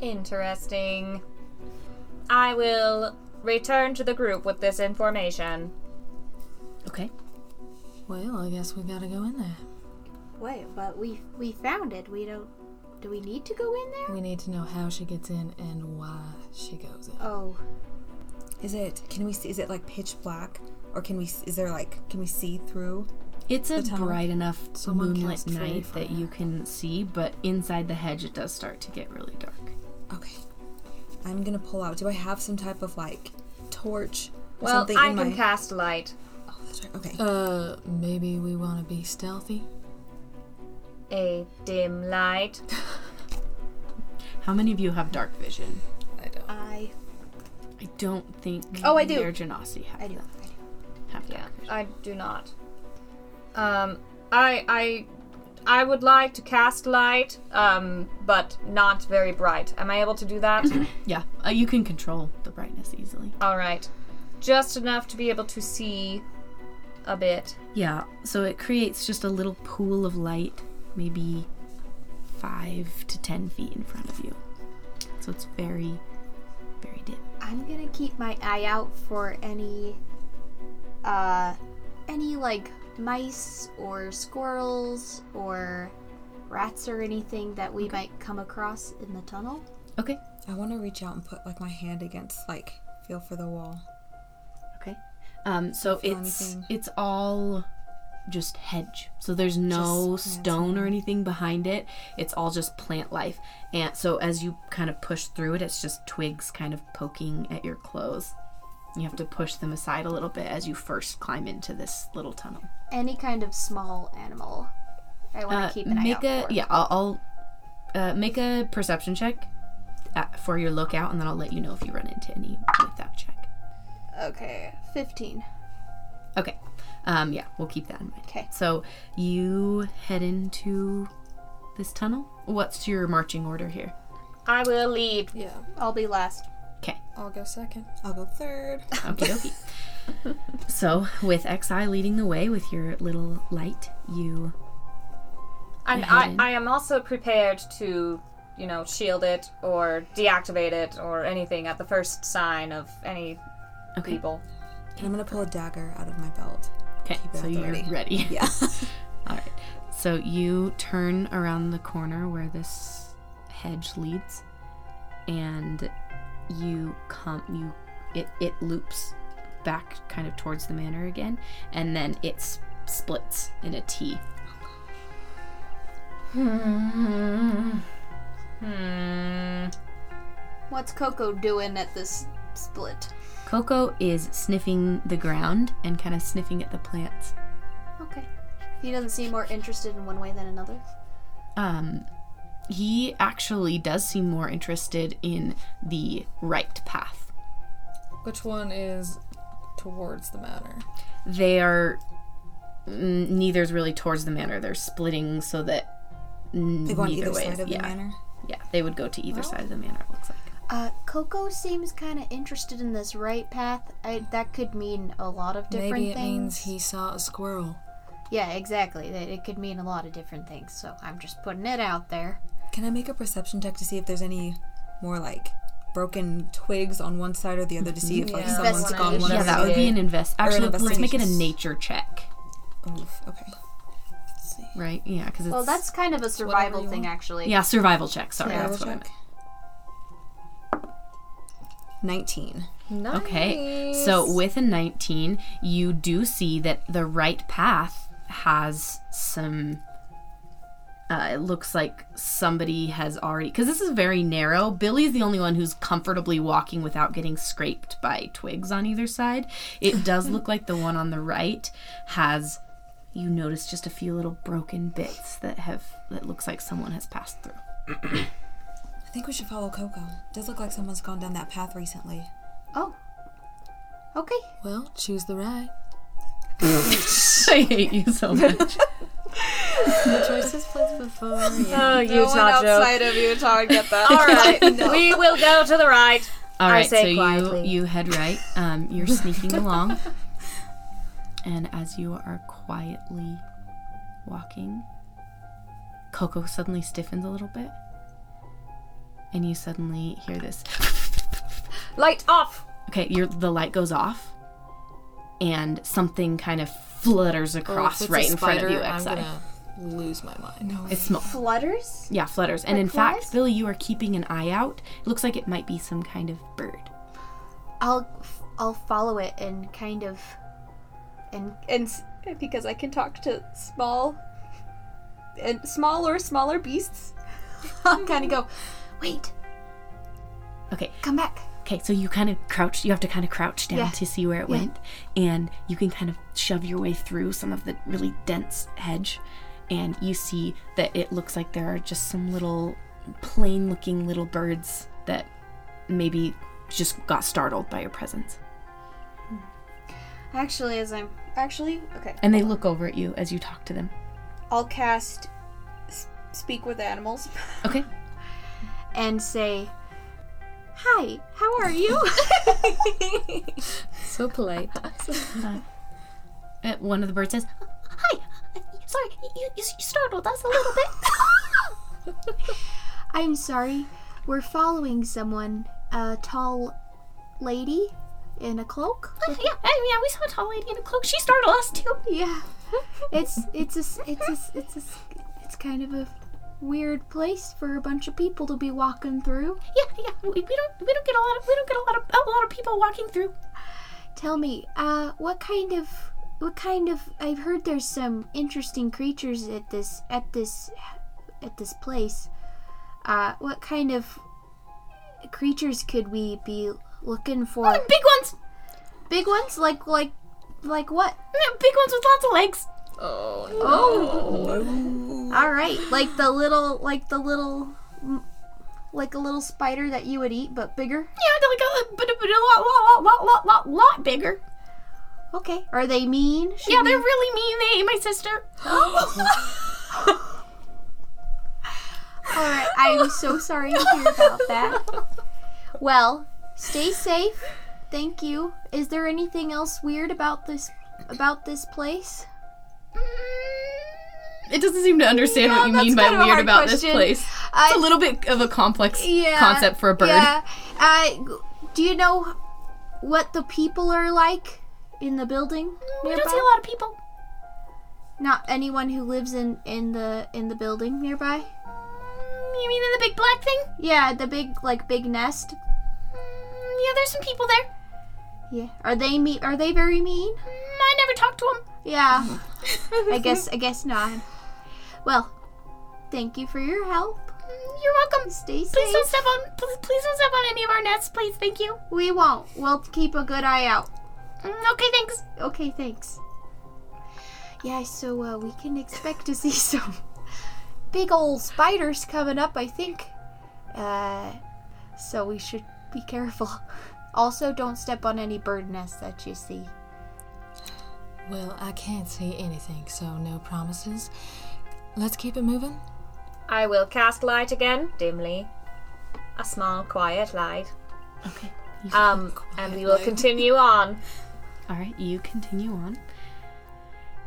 S5: Interesting. I will return to the group with this information.
S2: Okay.
S3: Well, I guess we gotta go in there.
S1: Wait, but we we found it. We don't. Do we need to go in there?
S3: We need to know how she gets in and why she goes in.
S1: Oh,
S4: Is it? Can we see? Is it like pitch black, or can we? s- Is there like? Can we see through?
S2: It's a
S4: tunnel.
S2: bright enough
S3: Someone
S2: moonlit
S3: cast fairy
S2: night that
S3: fire.
S2: you can see, but inside the hedge it does start to get really dark.
S4: Okay. I'm gonna pull out. Do I have some type of like torch? Or
S5: Well,
S4: something
S5: I
S4: in
S5: can
S4: my...
S5: cast light.
S4: Oh, that's right. Okay.
S3: Uh, maybe we want to be stealthy.
S5: A dim light.
S2: How many of you have dark vision?
S3: I don't.
S1: I
S2: I don't think.
S1: Oh, I do.
S2: Your Genasi have
S1: I do.
S2: that-
S1: I do.
S2: Have
S5: Yeah,
S2: dark vision.
S5: I do not. Um, I I I would like to cast light, um, but not very bright. Am I able to do that?
S2: Yeah, uh, you can control the brightness easily.
S5: All right, just enough to be able to see a bit.
S2: Yeah, so it creates just a little pool of light, maybe five to ten feet in front of you. So it's very, very dim.
S1: I'm gonna keep my eye out for any, uh, any like mice or squirrels or rats or anything that we might come across in the tunnel.
S2: Okay.
S4: I want to reach out and put like my hand against like feel for the wall.
S2: Okay. Um, so
S4: feel
S2: it's
S4: anything.
S2: it's all just hedge. So there's no stone or anything behind it. It's all just plant life. And so as you kind of push through it, it's just twigs kind of poking at your clothes. You have to push them aside a little bit as you first climb into this little tunnel.
S1: Any kind of small animal. I want to
S2: Uh,
S1: keep an
S2: make
S1: eye out
S2: a
S1: for.
S2: yeah. I'll, I'll uh, make a perception check uh for your lookout, and then I'll let you know if you run into any with that check.
S1: Okay, fifteen.
S2: Okay. Um, yeah, we'll keep that in mind.
S1: 'Kay.
S2: So you head into this tunnel. What's your marching order here?
S5: I will lead.
S3: Yeah,
S1: I'll be last.
S3: I'll go second.
S4: I'll go third.
S2: Okie dokie. so with Xi leading the way with your little light, you
S5: And I, I am also prepared to, you know, shield it or deactivate it or anything at the first sign of any
S2: okay.
S5: people.
S4: And I'm gonna pull a dagger out of my belt.
S2: Okay,
S4: Keep it
S2: so
S4: at the
S2: you're
S4: ready.
S2: ready.
S4: Yeah.
S2: All right. So you turn around the corner where this hedge leads, and you come. You it it loops back kind of towards the manor again, and then it s- splits in a T.
S5: Hmm.
S1: What's Coco doing at this split?
S2: Coco is sniffing the ground and kind of sniffing at the plants.
S1: Okay. He doesn't seem more interested in one way than another.
S2: Um, he actually does seem more interested in the right path.
S3: Which one is towards the manor?
S2: they are mm, neither's really towards the manor. They're splitting so that n-
S4: They go on
S2: neither
S4: either
S2: way.
S4: side of
S2: yeah,
S4: the manor.
S2: yeah, they would go to either side of the manor. It looks like.
S1: Uh, Coco seems kind of interested in this right path. I, that could mean a lot of different
S3: Maybe it means
S1: things.
S3: he saw a squirrel.
S1: Yeah, exactly. That it could mean a lot of different things. So I'm just putting it out there.
S4: Can I make a perception check to see if there's any more like broken twigs on one side or the other to see if like
S5: Yeah.
S4: someone's gone one
S5: Investigation.
S2: Yeah,
S4: way?
S2: that would be an invest. Actually, let's make it a
S4: investigation.
S2: nature check,
S4: Oof. Okay. Let's see.
S2: right? Yeah, because it's
S1: Well, that's kind of a survival
S3: you
S1: thing, actually.
S2: yeah survival check. Sorry,
S1: Survival
S2: that's what I meant.
S4: check. Nineteen.
S2: Okay. So with a 19, you do see that the right path has some. Uh, it looks like somebody has already because this is very narrow. Billy's the only one who's comfortably walking without getting scraped by twigs on either side. It does look like the one on the right has. You notice just a few little broken bits that have that looks like someone has passed through.
S4: I think we should follow Coco. Does look like someone's gone down that path recently.
S1: Oh. Okay.
S3: Well, choose the right.
S2: I hate you so much.
S3: Choices placed before.
S5: Oh, Utah joke.
S4: of Utah would get that.
S5: All right, we will go to the right.
S2: All
S5: I
S2: right,
S5: say
S2: so
S5: quietly.
S2: you you head right. Um, you're sneaking along, and as you are quietly walking, Coco suddenly stiffens a little bit, and you suddenly hear this.
S5: Light off.
S2: Okay, your the light goes off, and something kind of
S5: Oh,
S2: flutters across right in front of you.
S3: I'm
S2: Xi,
S3: gonna lose my mind. No.
S2: it's small.
S1: Flutters?
S2: Yeah, flutters. And in
S1: flies?
S2: fact, Billy, you are keeping an eye out. It looks like it might be some kind of bird.
S1: I'll I'll follow it and kind of and and s- because I can talk to small and smaller smaller beasts. I'll kind of go. Wait,
S2: Okay,
S1: come back.
S2: Okay, so you kind of crouch. You have to kind of crouch down
S1: Yeah.
S2: to see where it
S1: Yeah.
S2: went, and you can kind of shove your way through some of the really dense hedge, and you see that it looks like there are just some little plain-looking little birds that maybe just got startled by your presence,
S1: Actually, as I'm actually okay,
S2: and they look over at you as you talk to them.
S1: I'll cast s- speak with animals
S2: Okay,
S1: and say, "Hi, how are you?"
S3: So polite.
S2: Uh, one of the birds says, "Hi, uh, sorry, you, you startled us a little bit."
S1: I'm sorry. We're following someone, a tall lady in a cloak.
S2: yeah, yeah, we saw a tall lady in a cloak. She startled us too.
S1: Yeah. It's it's a s- it's a, s- it's a, s- it's kind of a weird place for a bunch of people to be walking through.
S2: yeah, yeah. We, we don't we don't get a lot of we don't get a lot of a lot of people walking through.
S1: Tell me, uh what kind of what kind of I've heard there's some interesting creatures at this at this at this place. Uh what kind of creatures could we be looking for?
S2: Big ones!
S1: Big ones like like like what?
S2: Big ones with lots of legs.
S1: All right, like the little like the little like a little spider that you would eat but bigger.
S2: Yeah, they're like a, but, but a lot, lot, lot, lot, lot, lot, lot bigger.
S1: Okay. Are they mean? Should
S2: Yeah, they're really mean. They ate my sister.
S1: All right, I'm so sorry to hear about that. Well, stay safe. Thank you. Is there anything else weird about this about this place?
S2: It doesn't seem to understand what you
S1: that's
S2: mean by
S1: kind of a
S2: weird
S1: hard
S2: about this
S1: question.
S2: place.
S1: I-
S2: it's a little bit of a complex
S1: Yeah,
S2: concept for a bird.
S1: Yeah. Uh, g- do you know what the people are like in the building?
S2: We
S1: nearby?
S2: don't see a lot of people.
S1: Not anyone who lives in in the in the building nearby.
S2: Mm, You mean in the big black thing?
S1: Yeah, the big like big nest.
S2: Mm, Yeah, there's some people there.
S1: Yeah. Are they me? Are they very mean?
S2: Mm, I never talked to them.
S1: Yeah. I guess I guess not. Well, thank you for your help.
S2: You're welcome.
S1: Stay safe.
S2: Please don't step on. Please, please don't step on any of our nests, please. Thank you.
S1: We won't. We'll keep a good eye out.
S2: Mm, okay, thanks.
S1: Okay, thanks. Yeah, so uh, we can expect to see some big old spiders coming up, I think. Uh, so we should be careful. Also, don't step on any bird nests that you see.
S3: Well, I can't see anything, so no promises. Let's keep it moving.
S5: I will cast light again, dimly. A small, quiet light.
S2: Okay.
S5: Um, and we will continue on.
S2: All right, you continue on.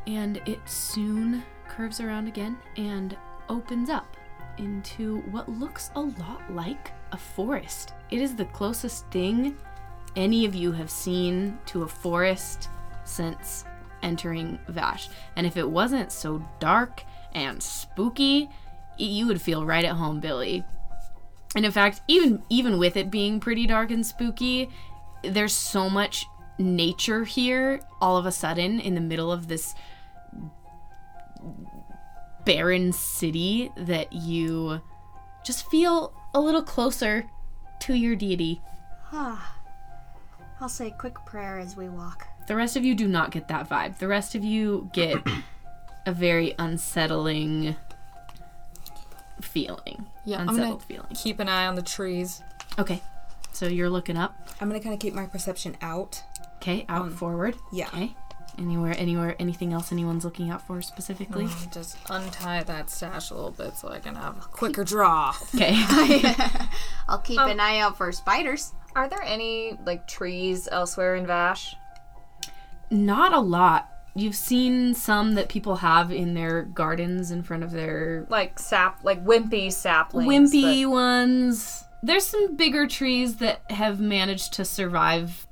S2: And it soon curves around again and opens up into what looks a lot like a forest. It is the closest thing any of you have seen to a forest since entering Vash. And if it wasn't so dark and spooky, y- you would feel right at home, Billy. And in fact, even even with it being pretty dark and spooky, there's so much nature here all of a sudden in the middle of this barren city that you just feel a little closer to your deity.
S1: Ah. I'll say a quick prayer as we walk.
S2: The rest of you do not get that vibe. The rest of you get a very unsettling feeling.
S3: Yeah, I'm gonna
S2: unsettled feeling.
S3: keep an eye on the trees.
S2: Okay. So you're looking up.
S4: I'm gonna kind of keep my perception out.
S2: Okay, out forward.
S4: yeah.
S2: Okay. Anywhere, anywhere, anything else anyone's looking out for specifically?
S3: I'll Just untie that sash a little bit so I can have a quicker draw.
S2: Okay.
S1: I'll keep an eye out for spiders.
S5: Are there any like trees elsewhere in Vash?
S2: Not a lot. You've seen some that people have in their gardens in front of their
S5: Like sap, like wimpy saplings.
S2: wimpy ones. There's some bigger trees that have managed to survive,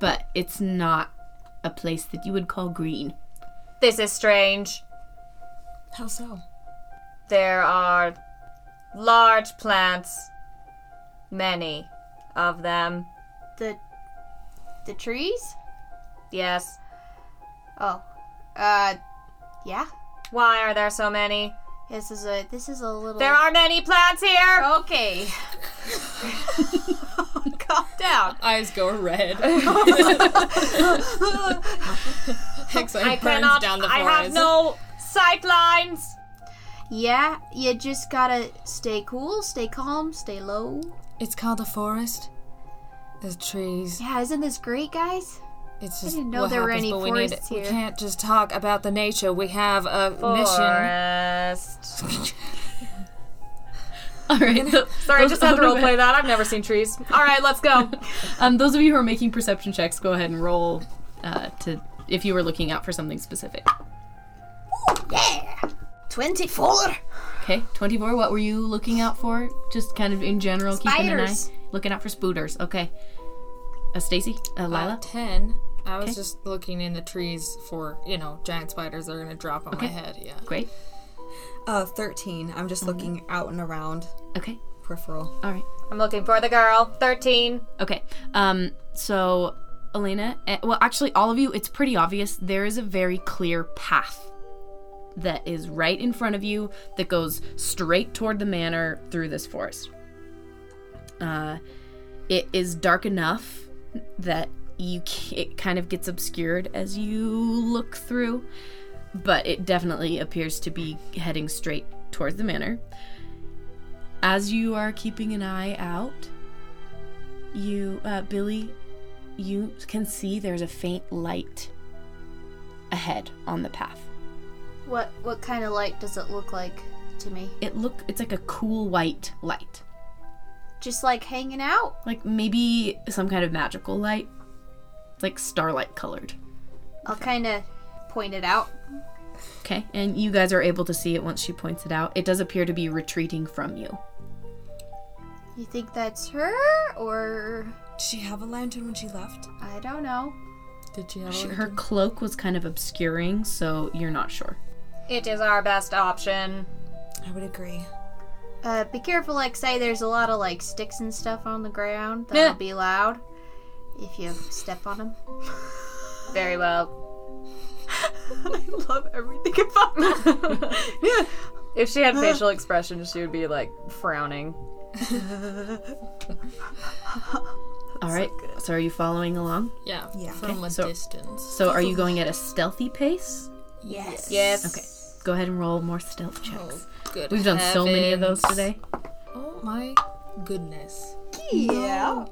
S2: but it's not a place that you would call green.
S5: but This is strange.
S3: How so?
S5: There are large plants, many of them.
S1: The the trees?
S5: Yes.
S1: Oh. Uh yeah.
S5: Why are there so many?
S1: This is a this is a little
S5: There are many plants here.
S1: Okay.
S5: Calm down.
S3: Eyes go red.
S5: I cannot. I have no sight lines.
S1: Yeah, you just gotta stay cool, stay calm, stay low.
S3: It's called a forest. There's trees.
S1: Yeah, isn't this great, guys?
S3: It's just
S1: didn't know
S3: what
S1: there were
S3: happens,
S1: any
S3: but we need-
S1: forests
S3: we
S1: here.
S3: can't just talk about the nature. We have a mission.
S5: Forest.
S2: All right. so-
S5: Sorry,
S2: those-
S5: just had
S2: oh,
S5: to
S2: no,
S5: role play that. I've never seen trees. All right, let's go.
S2: Um, those of you who are making perception checks, go ahead and roll uh, to if you were looking out for something specific.
S1: Twenty-four.
S2: Okay, 24. What were you looking out for? Just kind of in general, keeping an eye.
S1: Spiders.
S2: Looking out for spooters. Okay. Uh, Stacy? Uh, Lila?
S3: Ten. I was
S2: Okay.
S3: just looking in the trees for you know giant spiders that are gonna drop on my
S2: Okay.
S3: head. Yeah.
S2: Great.
S4: Uh, 13. I'm just looking out and around
S2: Okay.
S4: peripheral.
S2: All right.
S5: I'm looking for the girl. Thirteen.
S2: Okay. Um, so Elena, eh, well, actually, all of you, it's pretty obvious. There is a very clear path that is right in front of you that goes straight toward the manor through this forest. Uh, it is dark enough that you c- it kind of gets obscured as you look through, but it definitely appears to be heading straight towards the manor. As you are keeping an eye out, you, uh, Billy, you can see there's a faint light ahead on the path.
S1: What what kind of light does it look like to me?
S2: It look it's like a cool white light.
S1: Just like hanging out?
S2: Like maybe some kind of magical light. It's like starlight colored.
S1: I'll kind of point it out.
S2: Okay, and you guys are able to see it once she points it out. It does appear to be retreating from you.
S1: You think that's her or
S4: Did she have a lantern when she left?
S1: I don't know.
S3: Did
S4: Oh,
S3: you
S2: She, her cloak was kind of obscuring, so you're not sure.
S5: It is our best option.
S4: I would agree.
S1: Uh, be careful, like say there's a lot of like sticks and stuff on the ground. That'll be loud if you step on them.
S5: Very well.
S4: I love everything about that. Uh. yeah.
S5: If she had facial expressions, she would be like frowning.
S2: All right. So, are you following along?
S3: Yeah,
S4: Yeah.
S3: from a
S2: so-
S3: distance.
S2: So are you going at a stealthy pace?
S1: Yes.
S5: Yes.
S2: Okay. Go ahead and roll more stealth checks.
S3: Good.
S2: We've done so many of those
S3: heavens.
S2: today.
S3: Oh my goodness.
S1: Yeah.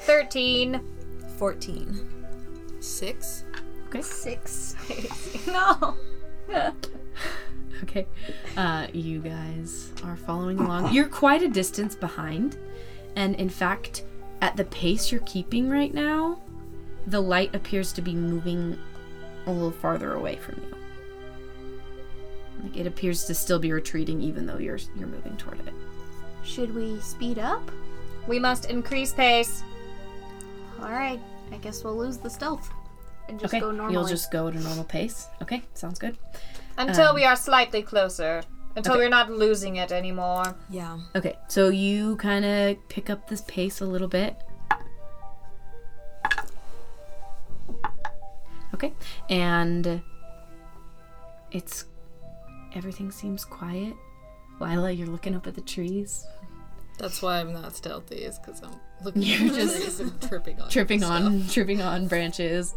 S5: 13.
S4: 14.
S3: Six.
S1: Six.
S5: No.
S2: Okay. Uh, you guys are following along. You're quite a distance behind. And in fact, at the pace you're keeping right now, the light appears to be moving a little farther away from you. Like it appears to still be retreating even though you're you're moving toward it.
S1: Should we speed up?
S5: We must increase pace.
S1: All right. I guess we'll lose the stealth and just
S2: okay.
S1: go normally.
S2: You'll just go at a normal pace. Okay, sounds good.
S5: Until
S2: Um,
S5: we are slightly closer. Until
S2: okay.
S5: we're not losing it anymore.
S4: Yeah.
S2: Okay, so you kind of pick up this pace a little bit. Okay, and it's everything seems quiet. Lila, you're looking up at the trees,
S3: That's why I'm not stealthy, is because I'm looking
S2: You're
S3: at
S2: just
S3: just tripping on
S2: tripping
S3: stuff.
S2: on tripping on branches.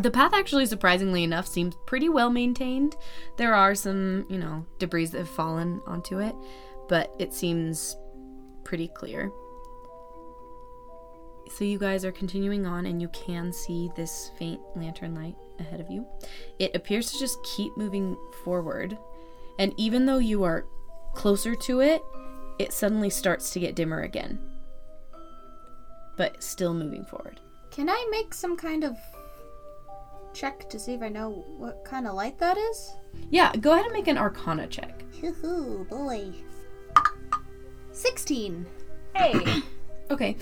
S2: The path actually surprisingly enough seems pretty well maintained. There are some, you know, debris that have fallen onto it, but it seems pretty clear. So you guys are continuing on and you can see this faint lantern light ahead of you. It appears to just keep moving forward. And even though you are closer to it, it suddenly starts to get dimmer again. But still moving forward.
S1: Can I make some kind of check to see if I know what kind of light that is?
S2: Yeah, go ahead and make an arcana check.
S1: Hoo-hoo, boy. 16.
S5: Hey.
S2: Okay.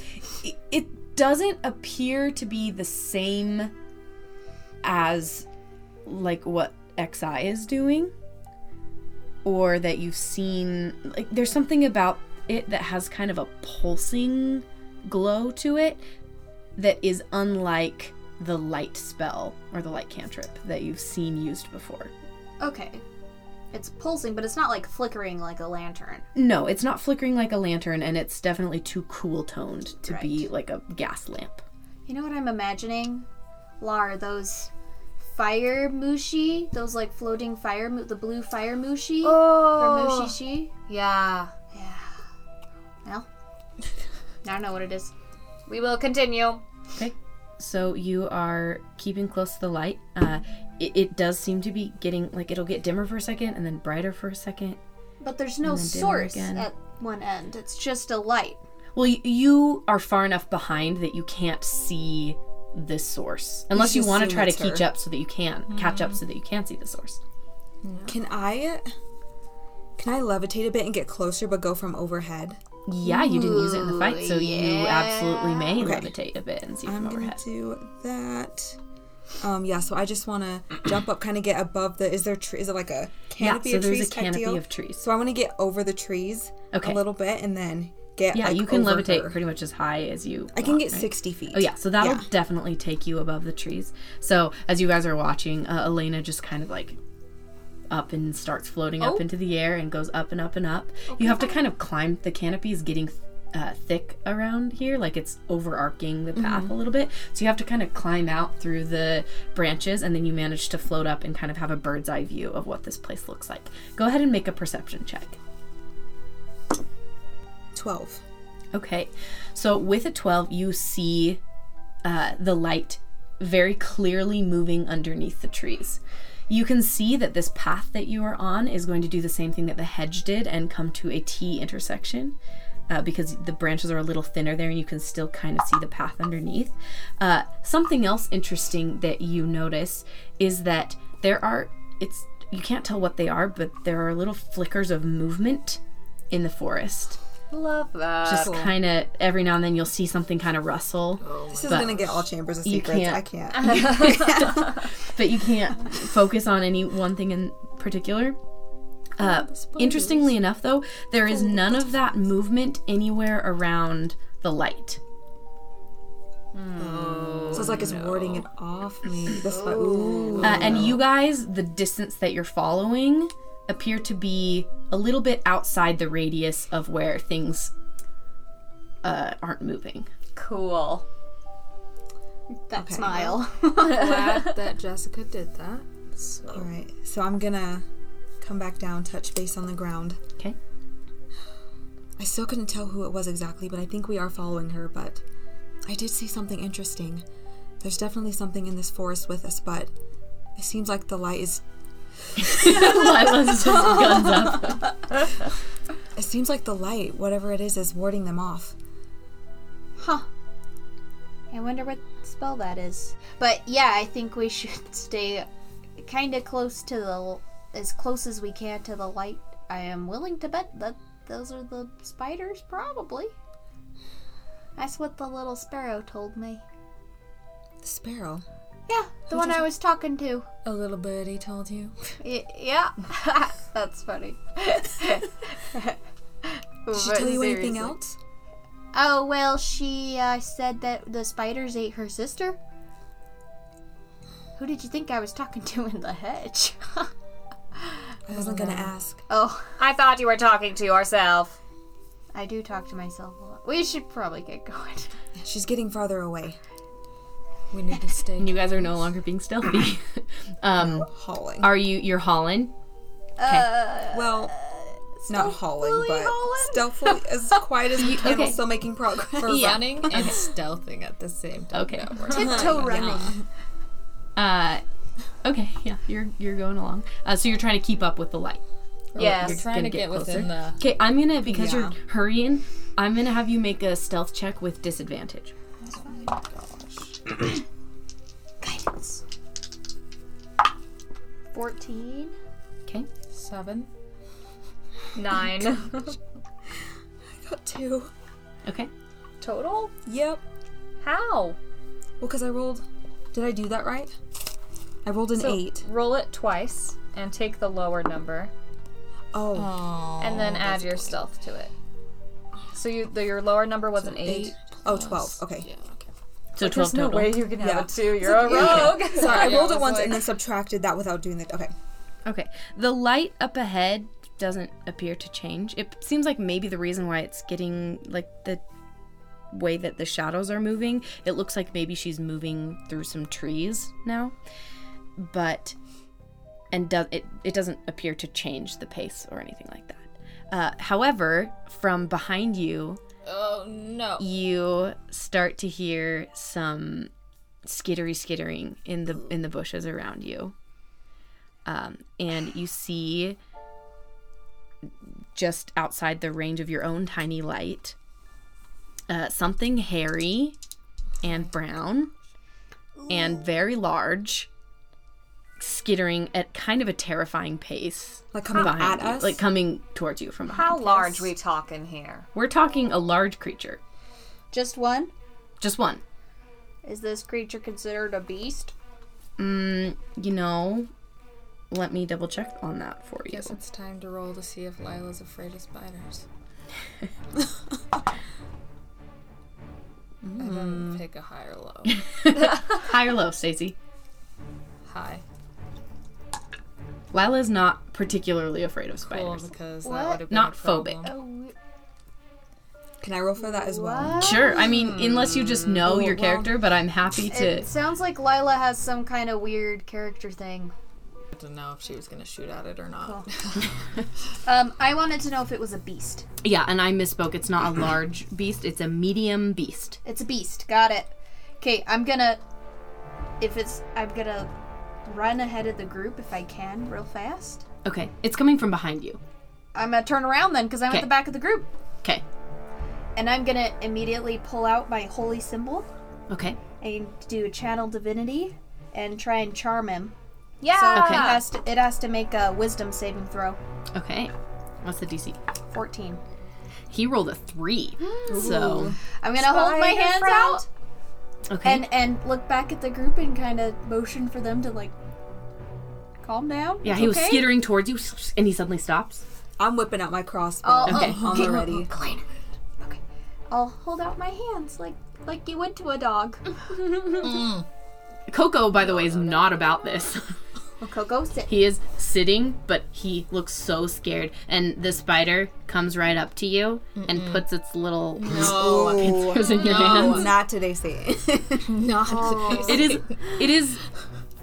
S2: I- It doesn't appear to be the same as like what XI is doing or that you've seen like there's something about it that has kind of a pulsing glow to it that is unlike the light spell or the light cantrip that you've seen used before.
S1: Okay. It's pulsing, but it's not like flickering like a lantern.
S2: No, it's not flickering like a lantern, and it's definitely too cool toned to be like a gas lamp.
S1: You know what I'm imagining? Lar, those fire mushi, those like floating fire, mu- the blue fire mushi for
S5: oh.
S1: mushishi.
S5: Yeah.
S1: Yeah. Well, I don't know what it is.
S5: We will continue.
S2: So you are keeping close to the light. Uh, it, it does seem to be getting like it'll get dimmer for a second and then brighter for a second.
S1: But there's no
S2: And then dimmer
S1: source
S2: again.
S1: at one end. It's just a light.
S2: Well, y- you are far enough behind that you can't see the source unless you
S4: just
S2: want to
S4: assume
S2: try to
S4: it's her.
S2: catch up so that you can catch up so that you can see the source.
S4: Can I. Can I levitate a bit and get closer but go from overhead?
S2: Yeah, you didn't use it in the fight, so you absolutely may
S4: Okay.
S2: levitate a bit and see
S4: I'm
S2: from
S4: gonna
S2: overhead.
S4: do that. Um, yeah, so I just want to jump up, kind of get above the. Is there tree? Is it like a
S2: Yeah,
S4: canopy
S2: so
S4: of
S2: there's
S4: trees
S2: a
S4: type
S2: canopy
S4: deal?
S2: of trees.
S4: So I want to get over the trees
S2: Okay.
S4: a little bit and then get
S2: Yeah,
S4: like,
S2: you can
S4: over
S2: levitate
S4: her.
S2: pretty much as high as you.
S4: I can
S2: want,
S4: get
S2: right?
S4: 60 feet.
S2: Oh yeah, so that'll
S4: Yeah.
S2: definitely take you above the trees. So as you guys are watching, uh, Elena just kind of like up and starts floating
S4: Oh.
S2: up into the air and goes up and up and up. You have to kind of climb. The canopy is getting uh, thick around here, like it's overarching the
S4: Mm-hmm.
S2: path a little bit. So you have to kind of climb out through the branches, and then you manage to float up and kind of have a bird's eye view of what this place looks like. Go ahead and make a perception check.
S4: 12.
S2: Okay. So with a 12, you see uh, the light very clearly moving underneath the trees. You can see that this path that you are on is going to do the same thing that the hedge did and come to a T intersection. Uh, because the branches are a little thinner there and you can still kind of see the path underneath. Uh, something else interesting that you notice is that there are, it's, you can't tell what they are, but there are little flickers of movement in the forest
S5: Love that.
S2: just kind of every now and then you'll see something kind of rustle,
S4: This is
S2: But
S4: going to get all chambers of
S2: you
S4: secrets.
S2: can't-
S4: I can't.
S2: but you can't focus on any one thing in particular. Uh, interestingly enough, though, there is none of that movement anywhere around the light. Oh,
S4: so it's like it's warding it off me. That's why. Ooh.
S2: Uh, and you guys, the distance that you're following appear to be a little bit outside the radius of where things uh, aren't moving.
S5: cool.
S1: That smile.
S3: Glad that Jessica did that.
S4: All right. So I'm going to come back down, touch base on the ground.
S2: Okay.
S4: I still couldn't tell who it was exactly, but I think we are following her. But I did see something interesting. There's definitely something in this forest with us, but it seems like the light is.
S2: Lila's just guns up.
S4: It seems like the light, whatever it is, is warding them off.
S1: Huh. I wonder what spell that is. But yeah, I think we should stay kind of close to the as close as we can to the light. I am willing to bet that those are the spiders probably. That's what the little sparrow told me.
S4: The sparrow.
S1: Yeah, the one I was talking to.
S3: A little birdie told you.
S1: Y- yeah. That's funny.
S4: Did she tell you anything else?
S1: Oh, well, she uh, said that the spiders ate her sister. Who did you think I was talking to in the hedge?
S4: I wasn't gonna ask.
S1: oh,
S5: I thought you were talking to yourself.
S1: I do talk to myself a lot. We should probably get going.
S4: She's getting farther away.
S3: We need to stay.
S2: You guys are no longer being stealthy. um,
S4: Hauling.
S2: are you? You're hauling.
S4: well, not hauling, but stealthily, as quiet as we can,
S2: okay.
S4: while still making progress.
S2: Yeah.
S3: running and stealthing at the same time.
S2: Okay.
S4: Oh,
S1: Tiptoe running.
S2: Uh, okay, yeah, you're you're going along. Uh, so you're trying to keep up with the light.
S4: Oh,
S5: Yes.
S2: You're
S3: Trying to get, within the.
S2: Okay, I'm gonna because you're
S4: Yeah.
S2: hurrying. I'm gonna have you make a stealth check with disadvantage.
S1: Guidance. 14.
S2: Okay,
S3: Seven.
S5: Nine.
S4: Got two.
S2: okay.
S5: Total?
S4: Yep.
S5: How?
S4: Well, because I rolled. Did I do that right? I rolled an
S5: So,
S4: eight.
S5: Roll it twice and take the lower number,
S4: Oh,
S3: Oh.
S5: and then add your stealth to it. So you, the, your lower number was an eight.
S4: oh, 12. Okay.
S3: Yeah, okay.
S2: So twelve total.
S5: you can
S4: Yeah.
S5: two. You're a rogue.
S4: Sorry, I
S5: Yeah,
S4: rolled
S5: I
S4: it
S5: was
S4: once
S5: like-
S4: and then subtracted that without doing the. Okay.
S2: Okay, the light up ahead doesn't appear to change. It seems like maybe the reason why it's getting like the way that the shadows are moving. It looks like maybe she's moving through some trees now, but and do- it it doesn't appear to change the pace or anything like that. Uh, however, from behind you,
S3: Oh no.
S2: you start to hear some skittery skittering in the in the bushes around you um, and you see just outside the range of your own tiny light uh, something hairy and brown and very large skittering at kind of a terrifying pace
S4: Like coming
S2: behind
S4: at
S2: you,
S4: us.
S2: like coming towards you from behind
S5: How large we talking here?
S2: we're talking a large creature
S1: Just one?
S2: just one
S1: Is this creature considered a beast?
S2: Mm, you know, let me double check on that for you.
S3: Guess it's time to roll to see if Lila's afraid of spiders.
S6: And
S4: Hmm.
S6: then pick a high or low.
S2: High or low, Stacy?
S6: high.
S2: Lala's not particularly afraid of
S6: Cool,
S2: spiders.
S6: because
S1: What?
S6: that would have been
S2: Not
S6: a problem.
S2: phobic.
S4: Can I roll for that as well?
S1: What?
S2: Sure. I mean, unless you just know your
S4: well-
S2: character, but I'm happy to.
S1: It sounds like Lila has some kind of weird character thing.
S6: I didn't know if she was gonna shoot at it or not.
S1: Um, I wanted to know if it was a beast.
S2: Yeah, and I misspoke. It's not a large beast, it's a medium beast.
S1: It's a beast. Got it. Okay, I'm gonna. If it's, I'm gonna run ahead of the group if I can, real fast.
S2: Okay, it's coming from behind you.
S1: I'm gonna turn around then, cause I'm
S2: Okay.
S1: at the back of the group,
S2: Okay,
S1: and I'm gonna immediately pull out my holy symbol
S2: okay.
S1: and do a channel divinity and try and charm him. So uh,
S5: Yeah.
S1: it has to, it has to make a wisdom saving throw.
S2: Okay. What's the DC?
S1: 14.
S2: He rolled a three. So
S1: I'm gonna hold my hands out
S2: okay.
S1: and and look back at the group and kind of motion for them to like calm down.
S2: yeah,
S1: It's
S2: he was
S1: okay.
S2: skittering towards you, and he suddenly stops.
S4: I'm whipping out my crossbow.
S6: Oh,
S1: I'll, I'll-
S2: Okay.
S4: On the ready.
S1: Klein. Okay. I'll hold out my hands like like you would to a dog.
S2: Coco, by the way, is not about this.
S1: Coco, sit.
S2: He is sitting, but he looks so scared. And the spider comes right up to you and puts its little fingers in your hand.
S4: Not today, Satan.
S3: Not
S2: It is. It is.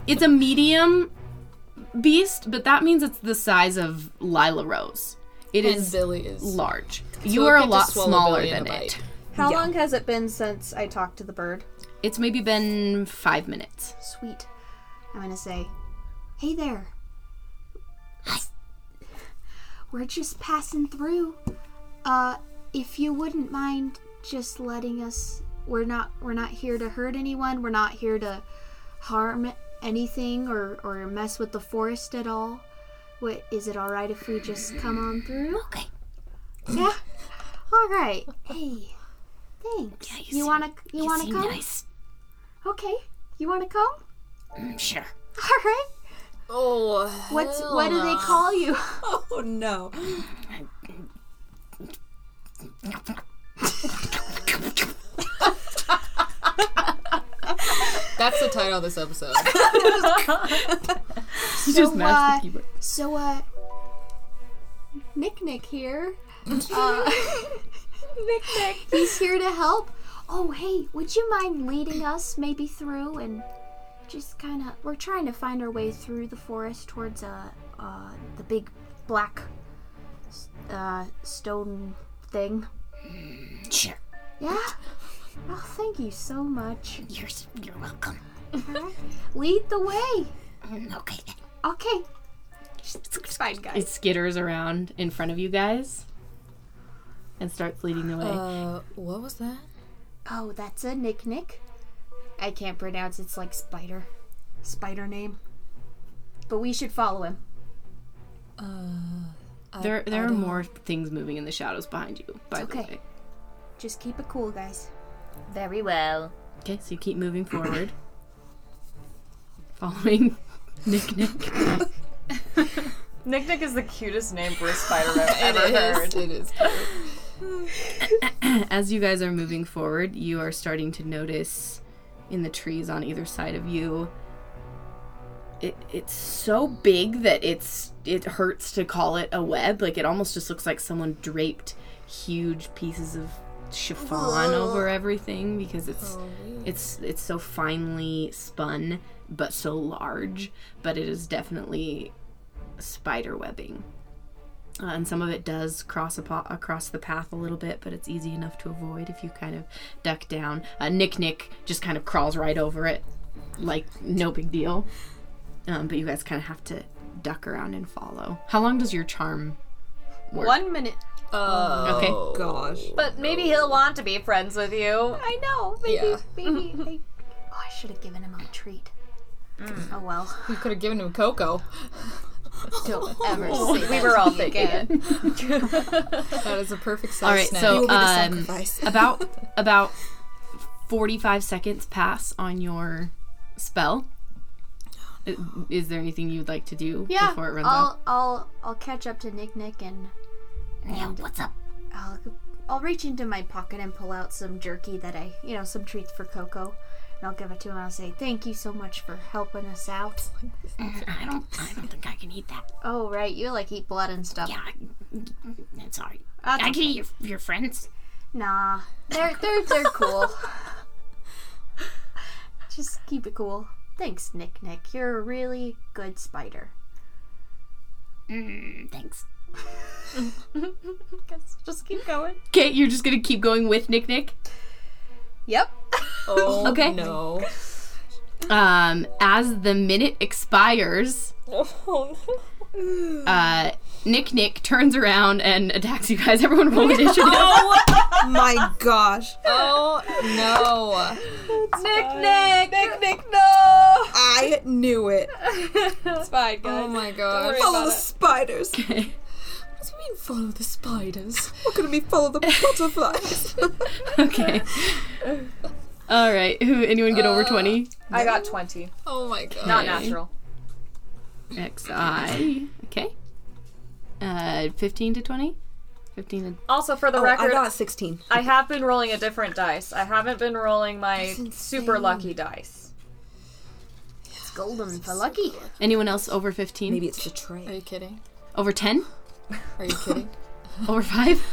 S2: It's a medium beast, but that means it's the size of Lila Rose. It
S6: And
S2: is
S6: Billy is
S2: large. you
S6: it
S2: are a
S6: could just
S2: lot
S6: swallow
S2: smaller
S6: Billy in
S2: than
S6: a
S2: it.
S6: bite.
S1: How long has it been since I talked to the bird?
S2: It's maybe been five minutes.
S1: Sweet. I'm gonna say, hey there. We're just passing through. Uh, if you wouldn't mind just letting us, we're not we're not here to hurt anyone. We're not here to harm anything or or mess with the forest at all. What is it all right if we just come on through? Okay. Yeah. All right. Hey. Thanks. you wanna you, wanna come? Okay. You wanna come?
S2: Sure.
S1: All right.
S6: Oh,
S1: What's what do they call you?
S4: oh no.
S2: Um,
S6: that's the title of this episode.
S2: He just mashed
S1: uh,
S2: the keyboard.
S1: So uh, Nick Nick here. Uh, Nick Nick. He's here to help. Oh hey, would you mind leading us maybe through and just kind of we're trying to find our way through the forest towards uh uh the big black s- uh stone thing.
S2: Sure.
S1: Yeah. Oh, thank you so much.
S2: You're, you're welcome. Mm,
S1: Lead the way.
S2: Okay.
S1: Okay. fine,
S2: It skitters around in front of you guys and starts leading the way.
S3: Uh, what was that?
S1: Oh, that's a nick nick. I can't pronounce it's like spider. Spider name. But we should follow him.
S2: there there are more things moving in the shadows behind you, by the
S1: okay.
S2: way.
S1: Just keep it cool, guys.
S5: Very well.
S2: Okay, so you keep moving forward. Following Nick Nick.
S5: Nick Nick is the cutest name for a spider I've ever
S6: it is.
S5: heard.
S6: It is.
S2: As you guys are moving forward, you are starting to notice in the trees on either side of you. It, it's so big that it's it hurts to call it a web. Like it almost just looks like someone draped huge pieces of chiffon over everything because it's it's it's so finely spun but so large. But it is definitely spider webbing. Uh, and some of it does cross apo- across the path a little bit, but it's easy enough to avoid if you kind of duck down. Uh, Nick Nick just kind of crawls right over it, like no big deal. Um, but you guys kind of have to duck around and follow. How long does your charm?
S1: One minute.
S6: Uh,
S2: Okay.
S4: Gosh.
S5: But maybe he'll want to be friends with you.
S1: I know. Maybe.
S6: Yeah.
S1: Maybe. I, oh, I should have given him a treat.
S7: Mm.
S1: Oh well.
S6: you could have given him cocoa.
S1: Don't ever say
S5: We
S1: that
S5: were
S1: to
S5: all
S1: me
S5: thinking
S1: again.
S5: it.
S6: That is a perfect size
S2: All right,
S6: snack.
S2: so
S4: You'll be the
S2: um,
S4: sacrifice.
S2: about about forty-five seconds pass on your spell. I- Is there anything you'd like to do
S1: Yeah.
S2: before it runs out?
S1: I'll I'll I'll catch up to Nick Nick and. and what's up? I'll, I'll reach into my pocket and pull out some jerky that I, you know, some treats for Coco. And I'll give it to him and I'll say, thank you so much for helping us out.
S7: I don't. I don't think I can eat that.
S1: Oh, right. You like eat blood and stuff.
S7: Yeah, I- it's alright.
S1: That's
S7: I can eat your, your friends.
S1: Nah, they're they're they're cool. Just keep it cool. Thanks, Nick. Nick, you're a really good spider.
S7: Mm, thanks.
S1: Just keep going.
S2: Okay, you're just gonna keep going with Nick Nick.
S1: Yep.
S6: Oh,
S2: Okay.
S6: No.
S2: Um, as the minute expires,
S6: Oh,
S2: uh, Nick Nick turns around and attacks you guys. Everyone roll initiative.
S4: My gosh.
S6: Oh no.
S4: I knew it.
S6: Oh my gosh.
S4: Follow the spiders.
S2: Okay.
S3: What do you mean follow the spiders?
S4: We're gonna be follow the butterflies. Oh,
S2: okay. All right. Who? Anyone get over twenty?
S5: I got 20.
S6: Oh my god.
S5: Not natural.
S2: XI. Okay. Uh, 15 to 20? 15 to.
S5: Also, for the
S4: oh, I
S5: record,
S4: got 16.
S5: I have been rolling a different dice. I haven't been rolling my super lucky dice.
S1: It's golden for lucky.
S2: Anyone else over 15?
S4: Maybe it's the tray.
S6: Are you kidding?
S2: Over 10?
S6: Are you kidding?
S2: Over 5?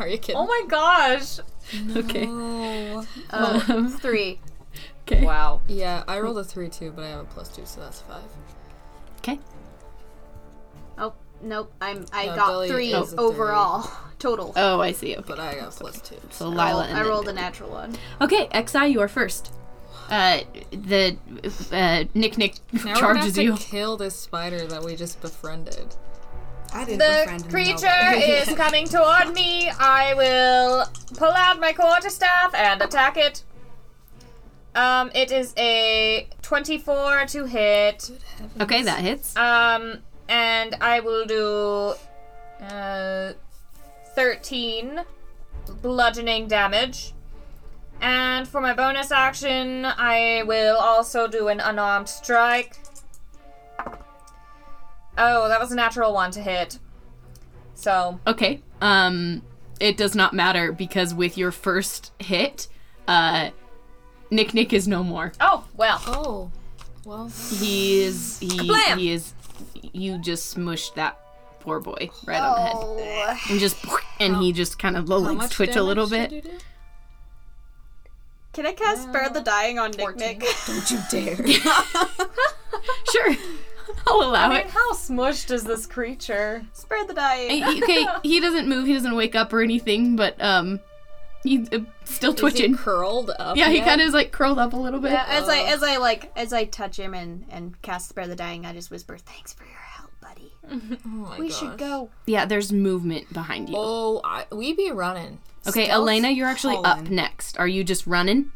S6: Are you kidding?
S5: Oh my gosh!
S2: Okay.
S1: Oh, three.
S2: Um, Okay.
S5: Wow.
S6: Yeah, I rolled a three too, but I have a Oh, plus two, so that's five.
S2: Okay.
S1: Oh nope. I'm I
S6: No,
S1: got
S6: Billy
S1: three
S6: is a
S1: overall total.
S2: Oh, I see. Okay.
S6: But I got a plus two. So.
S2: So Lila and
S1: I
S2: then-
S1: rolled a natural one.
S2: Oh, Okay, Xi, you are first. Uh, the uh, Nick Nick
S6: Now we're gonna have
S2: charges
S6: to
S2: you.
S6: kill this spider that we just befriended.
S4: I didn't
S5: The
S4: befriend him,
S5: creature is coming toward me. I will pull out my quarterstaff and attack it. Um, it is a 24 to hit.
S2: Okay, that hits.
S5: Um, and I will do uh, 13 bludgeoning damage. And for my bonus action, I will also do an unarmed strike. Oh, that was a natural one to hit. So,
S2: Okay. Um, it does not matter because with your first hit, uh, Nick Nick is no more.
S5: oh, well.
S6: Oh. Well,
S2: He is. He,
S5: Kablam!
S2: he is. You just smushed that poor boy right on the head,
S1: Oh,
S2: and just and he just kind of the legs twitch a little bit.
S1: can I cast spare the dying on Nick? Nick?
S2: Sure, I'll allow
S5: I mean, how smushed is this creature?
S1: Spare the dying.
S2: it. Okay, he doesn't move. He doesn't wake up or anything, but um, he's uh, still twitching.
S6: curled up.
S2: yeah, he kind of is like curled up a little bit.
S1: Yeah, Uh, as
S6: uh,
S1: I as I like as I touch him and and cast spare the dying, I just whisper, "Thanks for your help, buddy. we should go."
S2: Yeah, there's movement behind you.
S6: Oh, I, we be running.
S2: okay, Elena, you're actually up
S4: Colin.
S2: next. Are you just running?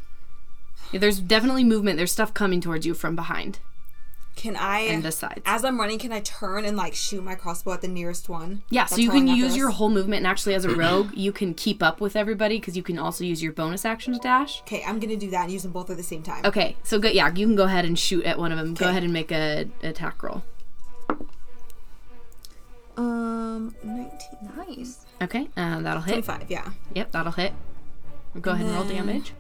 S2: Yeah, there's definitely movement. There's stuff coming towards you from behind
S4: Can I,
S2: and the sides.
S4: as I'm running, can I turn and like shoot my crossbow at the nearest one?
S2: Yeah, so
S4: That's
S2: you
S4: how I
S2: can
S4: got
S2: use
S4: this.
S2: your whole movement, and actually, as a rogue, you can keep up with everybody because you can also use your bonus action to dash.
S4: Okay, I'm gonna do that and use them both at the same time.
S2: Okay, so go, yeah, you can go ahead and shoot at one of them. Go
S4: Okay.
S2: ahead and make a attack roll.
S4: Um, 19.
S5: Nice.
S2: Okay, uh, that'll hit.
S4: 25, yeah.
S2: Yep, that'll hit. Go ahead and roll damage.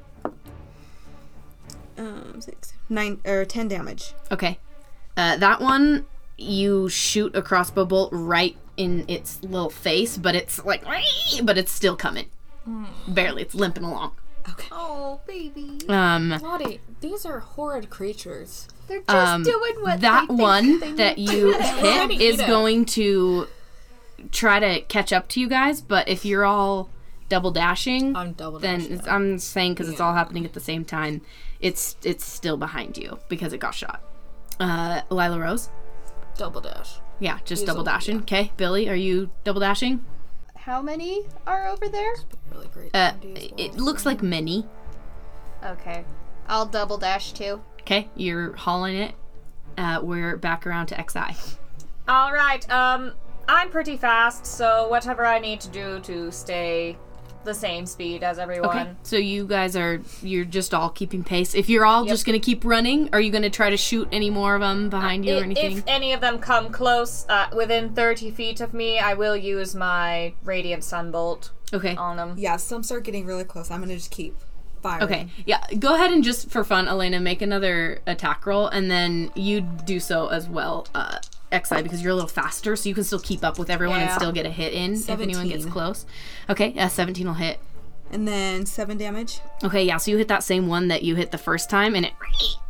S4: Um, 6. 9, or 10 damage.
S2: Okay, uh, that one you shoot a crossbow bolt right in its little face, but it's like, but it's still coming.
S1: Hmm.
S2: Barely, it's limping along.
S1: Oh, baby,
S2: Um,
S6: Lottie, these are horrid creatures.
S1: they're just
S2: Um,
S1: doing what
S2: that
S1: they think
S2: one
S1: they
S2: that you hit
S6: Already
S2: is
S6: eat it.
S2: going to try to catch up to you guys, but if you're all double dashing,
S6: I'm double
S2: then
S6: dashing.
S2: it's, I'm saying because it's all happening at the same time, it's it's still behind you because it got shot. Uh, Lila Rose,
S6: Double dash.
S2: yeah, just double
S6: all-
S2: dashing. Okay, Billy, are you double dashing?
S1: How many are over there?
S6: Really great.
S2: Uh, it looks like many.
S1: Okay. I'll double dash too.
S2: Okay, you're hauling it. Uh, we're back around to XI.
S5: All right. Um, I'm pretty fast, so whatever I need to do to stay the same speed as everyone.
S2: Okay. So you guys are you're just all keeping pace. If you're all just gonna keep running, are you gonna try to shoot any more of them behind you or
S5: I-
S2: anything?
S5: Uh, If any of them come close, uh, within 30 feet of me, I will use my Radiant Sunbolt
S2: okay.
S5: on them.
S4: Yeah, if some start getting really close. I'm gonna just keep firing.
S2: Okay. Yeah. Go ahead and just for fun, Elena, make another attack roll, and then you do so as well, uh, Xi, because you're a little faster, so you can still keep up with everyone and
S5: Yeah.
S2: still get a hit in if anyone gets
S4: 17.
S2: close. Okay. Yeah, 17 will hit.
S4: And then seven damage.
S2: Okay. Yeah. So you hit that same one that you hit the first time, and it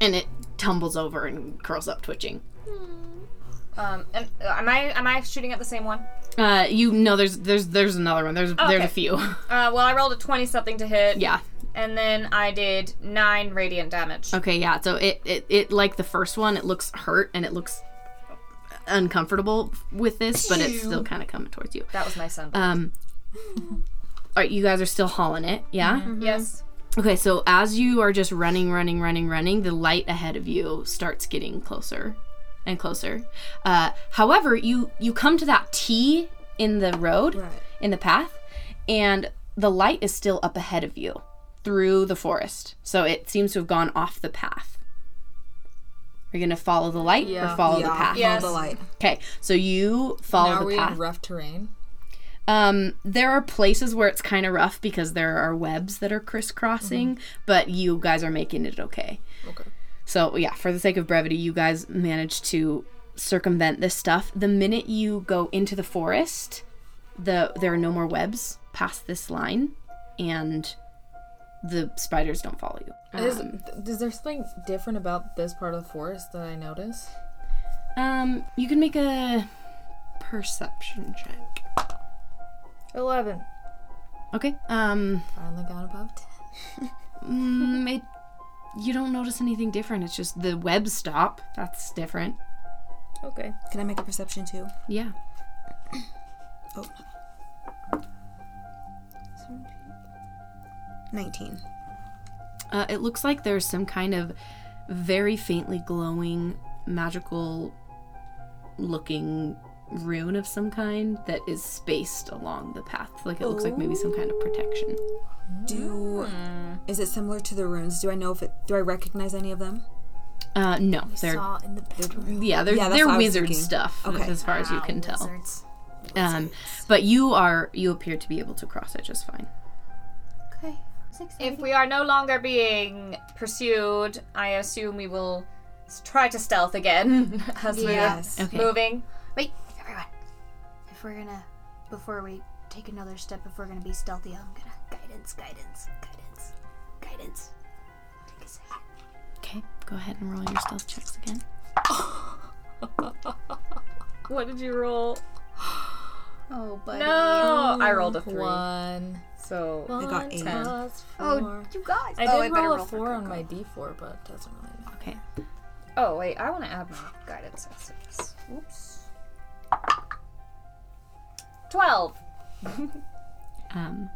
S2: and it tumbles over and curls up, twitching.
S5: Um, and, uh, am I am I shooting at the same one?
S2: Uh, you know, there's there's there's another one. There's there's a
S5: Okay.
S2: few.
S5: Uh, well, I rolled a 20 something to hit.
S2: yeah.
S5: And then I did 9 radiant damage.
S2: Okay, yeah. So it, it it like the first one, it looks hurt and it looks uncomfortable with this, but it's still kind of coming towards you.
S5: That was my Sunbolt.
S2: Um All right, you guys are still hauling it, yeah?
S5: Mm-hmm. yes.
S2: Okay, so as you are just running, running, running, running, the light ahead of you starts getting closer and closer. Uh, however, you you come to that T in the road, in the path, and the light is still up ahead of you through the forest. So it seems to have gone off the path. Are you gonna follow the light or follow the path?
S5: Yes.
S4: Follow the light.
S2: Okay, so you follow
S6: Are
S2: the
S6: we
S2: path.
S6: in rough terrain?
S2: Um, there are places where it's kind of rough because there are webs that are crisscrossing, but you guys are making it okay.
S6: Okay.
S2: So yeah, for the sake of brevity, you guys managed to circumvent this stuff. The minute you go into the forest, the there are no more webs past this line, and the spiders don't follow you.
S6: Is,
S2: Um,
S6: th- is there something different about this part of the forest that I notice?
S2: um, you can make a perception check.
S6: Eleven.
S2: Okay. Um.
S6: Finally got above ten.
S2: Mm, it, you don't notice anything different. It's just the web stop. That's different.
S6: Okay.
S4: Can I make a perception too?
S2: Yeah.
S4: Oh. 19.
S2: Uh, it looks like there's some kind of very faintly glowing, magical looking rune of some kind that is spaced along the path. Like it looks like maybe some kind of protection.
S4: Do
S5: Hmm.
S4: is it similar to the runes? Do I know if it do I recognize any of them?
S2: Uh, no, they're
S6: in the
S2: yeah, they're
S4: Yeah, that's
S2: they're
S4: what I was
S2: wizard
S4: thinking.
S2: stuff
S4: Okay.
S2: as far as you can tell. Um, but you are you appear to be able to cross it just fine.
S1: Okay.
S5: If we are no longer being pursued, I assume we will s- try to stealth again as
S4: Yes.
S5: we're
S2: Okay.
S5: moving.
S1: Wait, everyone. If we're gonna, before we take another step, if we're gonna be stealthy, I'm gonna guidance, guidance, guidance, guidance. Take a second.
S2: Okay, go ahead and roll your stealth checks again.
S5: What did you roll?
S1: Oh, buddy.
S5: No, I rolled a three.
S6: one.
S5: So
S6: One
S4: got eight.
S6: plus
S1: Oh,
S6: four.
S1: you guys.
S6: I did
S1: oh, better
S6: roll a
S1: roll for
S6: four on
S1: Coco.
S6: my d4, but it doesn't really matter.
S2: Okay.
S5: Oh wait, I want to add my guidance as six. Oops. Twelve.
S2: Um,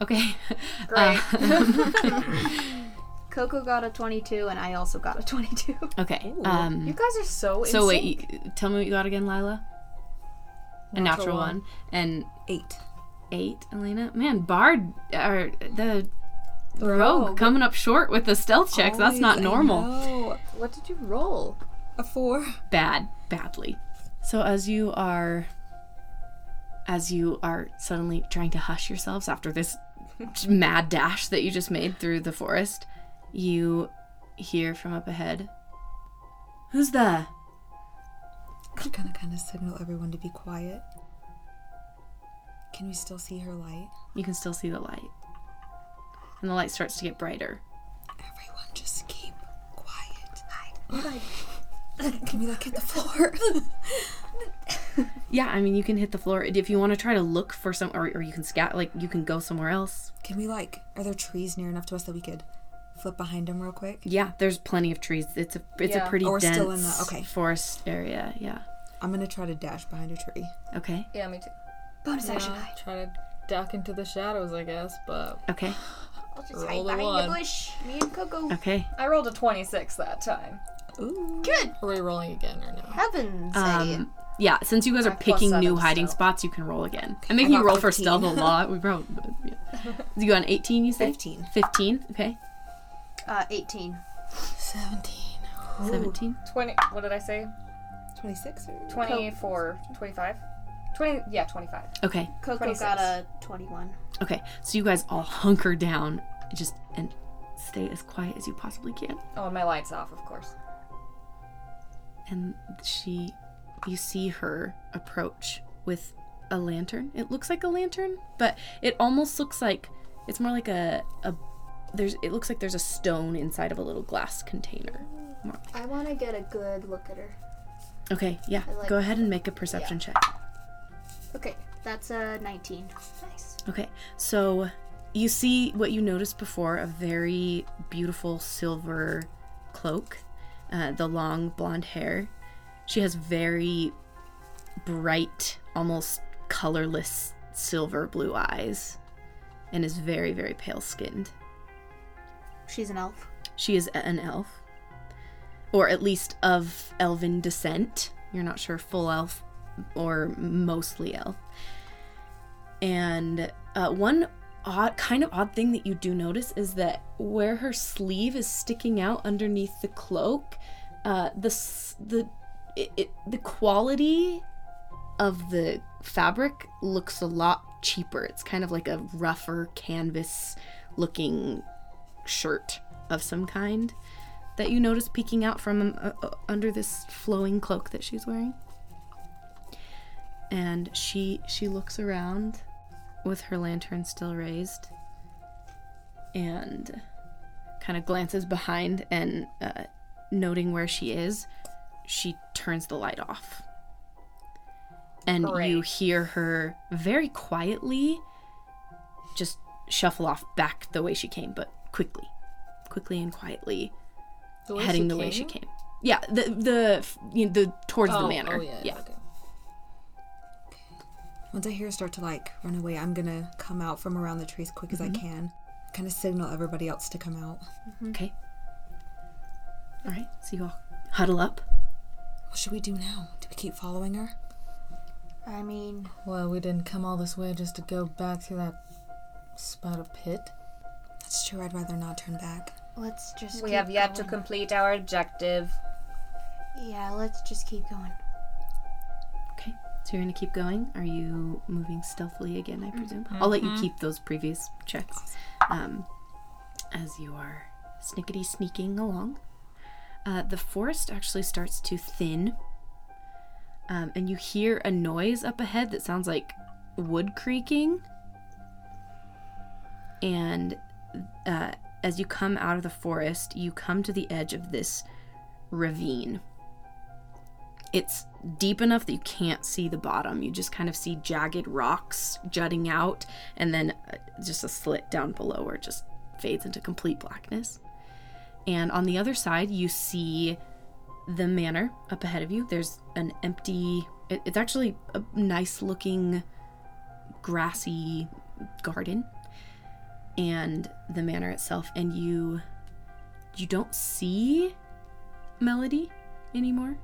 S2: okay.
S5: Great.
S1: Coco got a 22, and I also got a 22.
S2: okay.
S5: you
S2: Um,
S5: guys are so.
S2: so
S5: in
S2: wait,
S5: sync.
S2: you- tell me what you got again, Lila. A natural one. and
S4: Eight.
S2: eight, Elena. Man, Bard or the rogue, coming up short with the stealth checks. That's not normal.
S4: Oh,
S5: What did you roll?
S4: a four.
S2: Bad, badly. So as you are, as you are suddenly trying to hush yourselves after this mad dash that you just made through the forest, you hear from up ahead. Who's there?
S4: I'm gonna kind of signal everyone to be quiet. Can we still see her light?
S2: You can still see the light. And the light starts to get brighter.
S4: Everyone, just keep quiet. Can we like hit the floor?
S2: Yeah, I mean, you can hit the floor. If you want to try to look for some, or, or you can scat, like, you can go somewhere else.
S4: Can we like? Are there trees near enough to us that we could flip behind them real quick?
S2: Yeah, there's plenty of trees. It's a it's a
S5: Yeah.
S2: pretty
S4: Oh, we're
S2: dense
S4: still in the- okay.
S2: forest area. Yeah.
S4: I'm gonna try to dash behind a tree.
S2: Okay.
S5: Yeah, me too.
S1: Bonus action
S6: Yeah,
S1: hide.
S6: try to duck into the shadows, I guess, but
S2: Okay.
S1: I'll just
S6: Roll
S1: hide
S6: the
S1: behind
S6: one.
S1: the bush. Me and Coco.
S2: Okay.
S5: I rolled a twenty-six that time.
S4: Ooh.
S1: Good
S6: are we rolling again or no?
S1: heavens. I-
S2: Um, Yeah, since you guys are
S1: plus
S2: picking
S1: seven
S2: new hiding
S1: stealth.
S2: spots, you can roll again. I'm making you roll for stealth a lot. We probably. Yeah. You got an 18, you say?
S4: 15.
S2: 15, okay.
S1: Uh, 18.
S3: 17.
S2: 17.
S5: 20 what did i say
S4: 26 or
S5: 24 25 20 yeah 25
S2: Okay,
S1: Coco
S5: 26.
S1: got a 21.
S2: okay. So you guys all hunker down just and stay as quiet as you possibly can.
S5: oh and my lights off of course
S2: and she you see her approach with a lantern it looks like a lantern but it almost looks like it's more like a, a there's it looks like there's a stone inside of a little glass container More like-
S1: I want to get a good look at her.
S2: okay yeah
S1: I like-
S2: go ahead and make a perception check
S1: Okay, that's a 19.
S2: okay so you see what you noticed before a very beautiful silver cloak uh, the long blonde hair She has very bright, almost colorless silver blue eyes and is very, very pale skinned.
S1: She's an elf.
S2: She is an elf, or at least of elven descent. You're not sure full elf or mostly elf. And uh, one odd, kind of odd thing that you do notice is that where her sleeve is sticking out underneath the cloak, uh, the s- the it, it, the quality of the fabric looks a lot cheaper. It's kind of like a rougher canvas looking shirt of some kind that you notice peeking out from uh, uh, under this flowing cloak that she's wearing. And she she looks around with her lantern still raised and kind of glances behind and uh, noting where she is, she turns the light off. And you
S5: Great.
S2: hear her very quietly just shuffle off back the way she came, but quickly, quickly and quietly,
S6: way
S2: heading
S6: she
S2: the way she
S6: came?
S2: came. Yeah, the the f- you know, the towards the manor.
S6: Oh, yeah. Okay.
S4: Once I hear her start to like run away, I'm gonna come out from around the tree as quick as I can. Kind of signal everybody else to come out.
S2: Okay. All right. So you all huddle up.
S4: What should we do now? Do we keep following her?
S1: I mean,
S6: Well, we didn't come all this way just to go back to that spot of pit.
S4: That's true. I'd rather not turn back.
S1: let's just.
S5: we
S1: keep
S5: have yet to
S1: going.
S5: complete our objective
S1: Yeah, let's just keep going.
S2: Okay. So you're gonna keep going. Are you moving stealthily again? I presume. I'll let you keep those previous checks, um, as you are snickety sneaking along. Uh, the forest actually starts to thin, um, and you hear a noise up ahead that sounds like wood creaking. And uh, as you come out of the forest, you come to the edge of this ravine it's deep enough that you can't see the bottom. You just kind of see jagged rocks jutting out, and then uh, just a slit down below where it just fades into complete blackness. And on the other side, you see the manor up ahead of you. There's an empty, it- it's actually a nice looking grassy garden and the manor itself and you you don't see melody anymore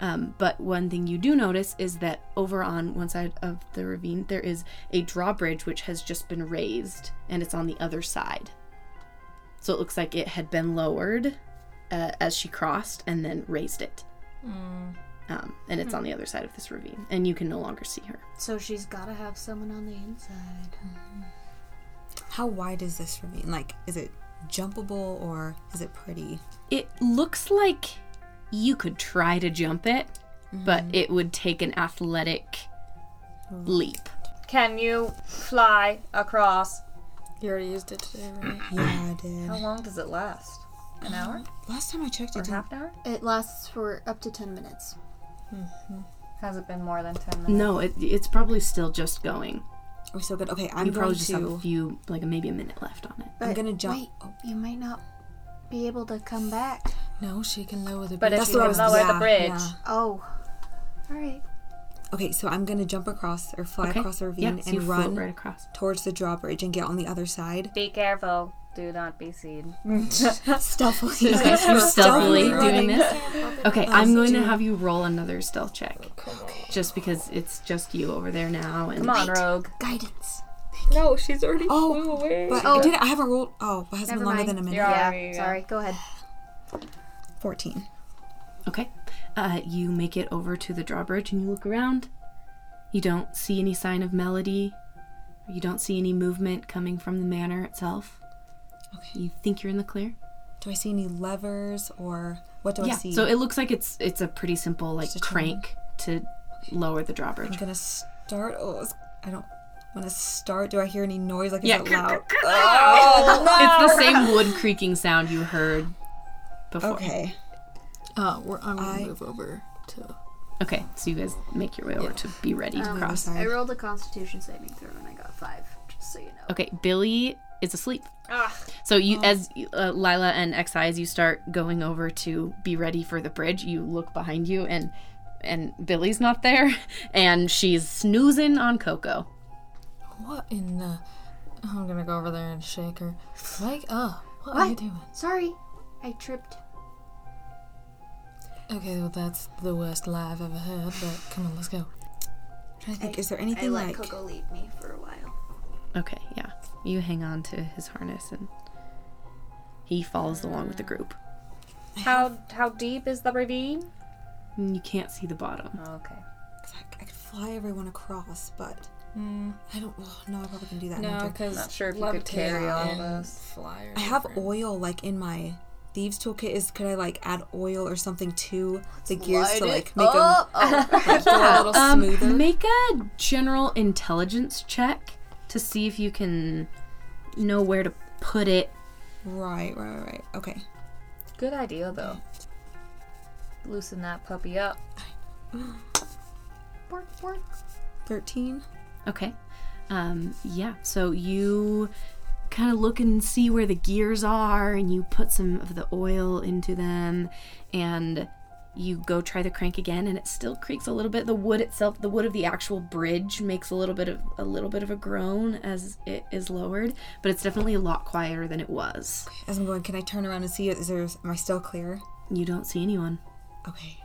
S2: um, but one thing you do notice is that over on one side of the ravine, there is a drawbridge which has just been raised and it's on the other side. So it looks like it had been lowered uh, as she crossed and then raised it. Um, and it's on the other side of this ravine, and you can no longer see her.
S1: So she's gotta have someone on the inside.
S4: How wide is this ravine? Like, is it jumpable or is it pretty?
S2: It looks like you could try to jump it, but it would take an athletic leap.
S5: can you fly across
S6: You already used it today, right?
S4: Yeah, I did.
S5: how long does it last an hour
S4: Last time I checked, it
S5: or
S4: didn't.
S5: half an hour
S1: It lasts for up to 10 minutes.
S5: has it been more than 10 minutes
S2: No, it, it's probably still just going.
S4: We're Oh, so good. Okay, I'm
S2: You
S4: going
S2: probably just have a
S4: to.
S2: few, like maybe a minute left on it.
S4: I'm gonna jump.
S1: Wait, you might not be able to come back.
S6: No, she can lower the
S5: but
S6: bridge.
S5: if
S4: That's
S5: you
S4: what I was-
S5: can lower the
S4: yeah,
S5: bridge
S4: yeah.
S1: Oh. Alright.
S4: Okay, so I'm gonna jump across or fly
S2: Okay.
S4: across the
S2: Yeah,
S4: ravine
S2: so you
S4: and
S2: float
S4: run
S2: right across.
S4: towards the drawbridge and get on the other side.
S5: be careful do not be seen.
S4: Stealthily.
S2: You're stealthily doing
S4: running.
S2: this. Okay, I'm going to have you roll another stealth check. Just because it's just you over there now, and
S5: Oh, Come on, Rogue.
S4: Guidance.
S5: No, she's already
S4: Oh, but I did. I haven't rolled. Oh, it
S1: Never
S4: hasn't been longer
S1: mind.
S4: than a minute.
S5: You're-
S1: Yeah,
S5: Sorry, yeah.
S1: sorry. Go ahead.
S4: Fourteen.
S2: Okay. Uh, you make it over to the drawbridge and you look around. You don't see any sign of melody. You don't see any movement coming from the manor itself.
S4: Okay.
S2: You think you're in the clear?
S4: Do I see any levers or what do I
S2: yeah.
S4: see?
S2: So it looks like it's it's a pretty simple like
S4: Just a chain.
S2: crank to lower the
S4: I'm
S2: drawbridge.
S4: gonna start. Oh, it's- I don't. I'm gonna start. Do I hear any noise? Like is
S2: Yeah.
S4: it loud? oh
S2: It's the same wood creaking sound you heard before.
S4: Okay.
S3: Uh, we're, I'm gonna
S4: I-
S3: move over to.
S2: Okay, so you guys make your way over to be ready to
S1: Um,
S2: cross.
S1: I rolled a Constitution saving throw and I got five. Just so you know.
S2: Okay, Billy is asleep. So you, as uh, Lila and Xi, as you start going over to be ready for the bridge, you look behind you and and Billy's not there, and she's snoozing on Coco.
S3: What in the? I'm gonna go over there and shake her. Wake up! What, are you
S1: What?
S3: doing?
S1: Sorry, I tripped.
S3: Okay, well that's the worst lie I've ever heard. But come on, let's go.
S4: I think. Is there
S1: I
S4: anything
S1: let
S4: like?
S1: Coco lead me for a while.
S2: Okay, yeah, you hang on to his harness, and he follows along with the group.
S5: How how deep is the ravine?
S2: And You can't see the bottom.
S5: Okay.
S4: 'cause I, I could fly everyone across, but I don't. Oh, no, I probably can do that. in winter.
S6: because
S5: Not sure if you could carry all of us.
S6: Flyer.
S4: I have oil like in my thieves toolkit. Is could I like add oil or something to the gears to like make them like, go a little smoother?
S2: Um, Make a general intelligence check to see if you can know where to put it.
S4: Right, right, right, right. Okay.
S5: Good idea though. Loosen that puppy up.
S1: Bork, bork.
S4: Thirteen.
S2: Okay. Um, yeah, so you kind of look and see where the gears are, and you put some of the oil into them, and you go try the crank again, and it still creaks a little bit. The wood itself, the wood of the actual bridge, makes a little bit of a little bit of a groan as it is lowered, but it's definitely a lot quieter than it was.
S4: As I'm going, can I turn around and see? Is there? Am I still clear?
S2: You don't see anyone.
S4: Okay.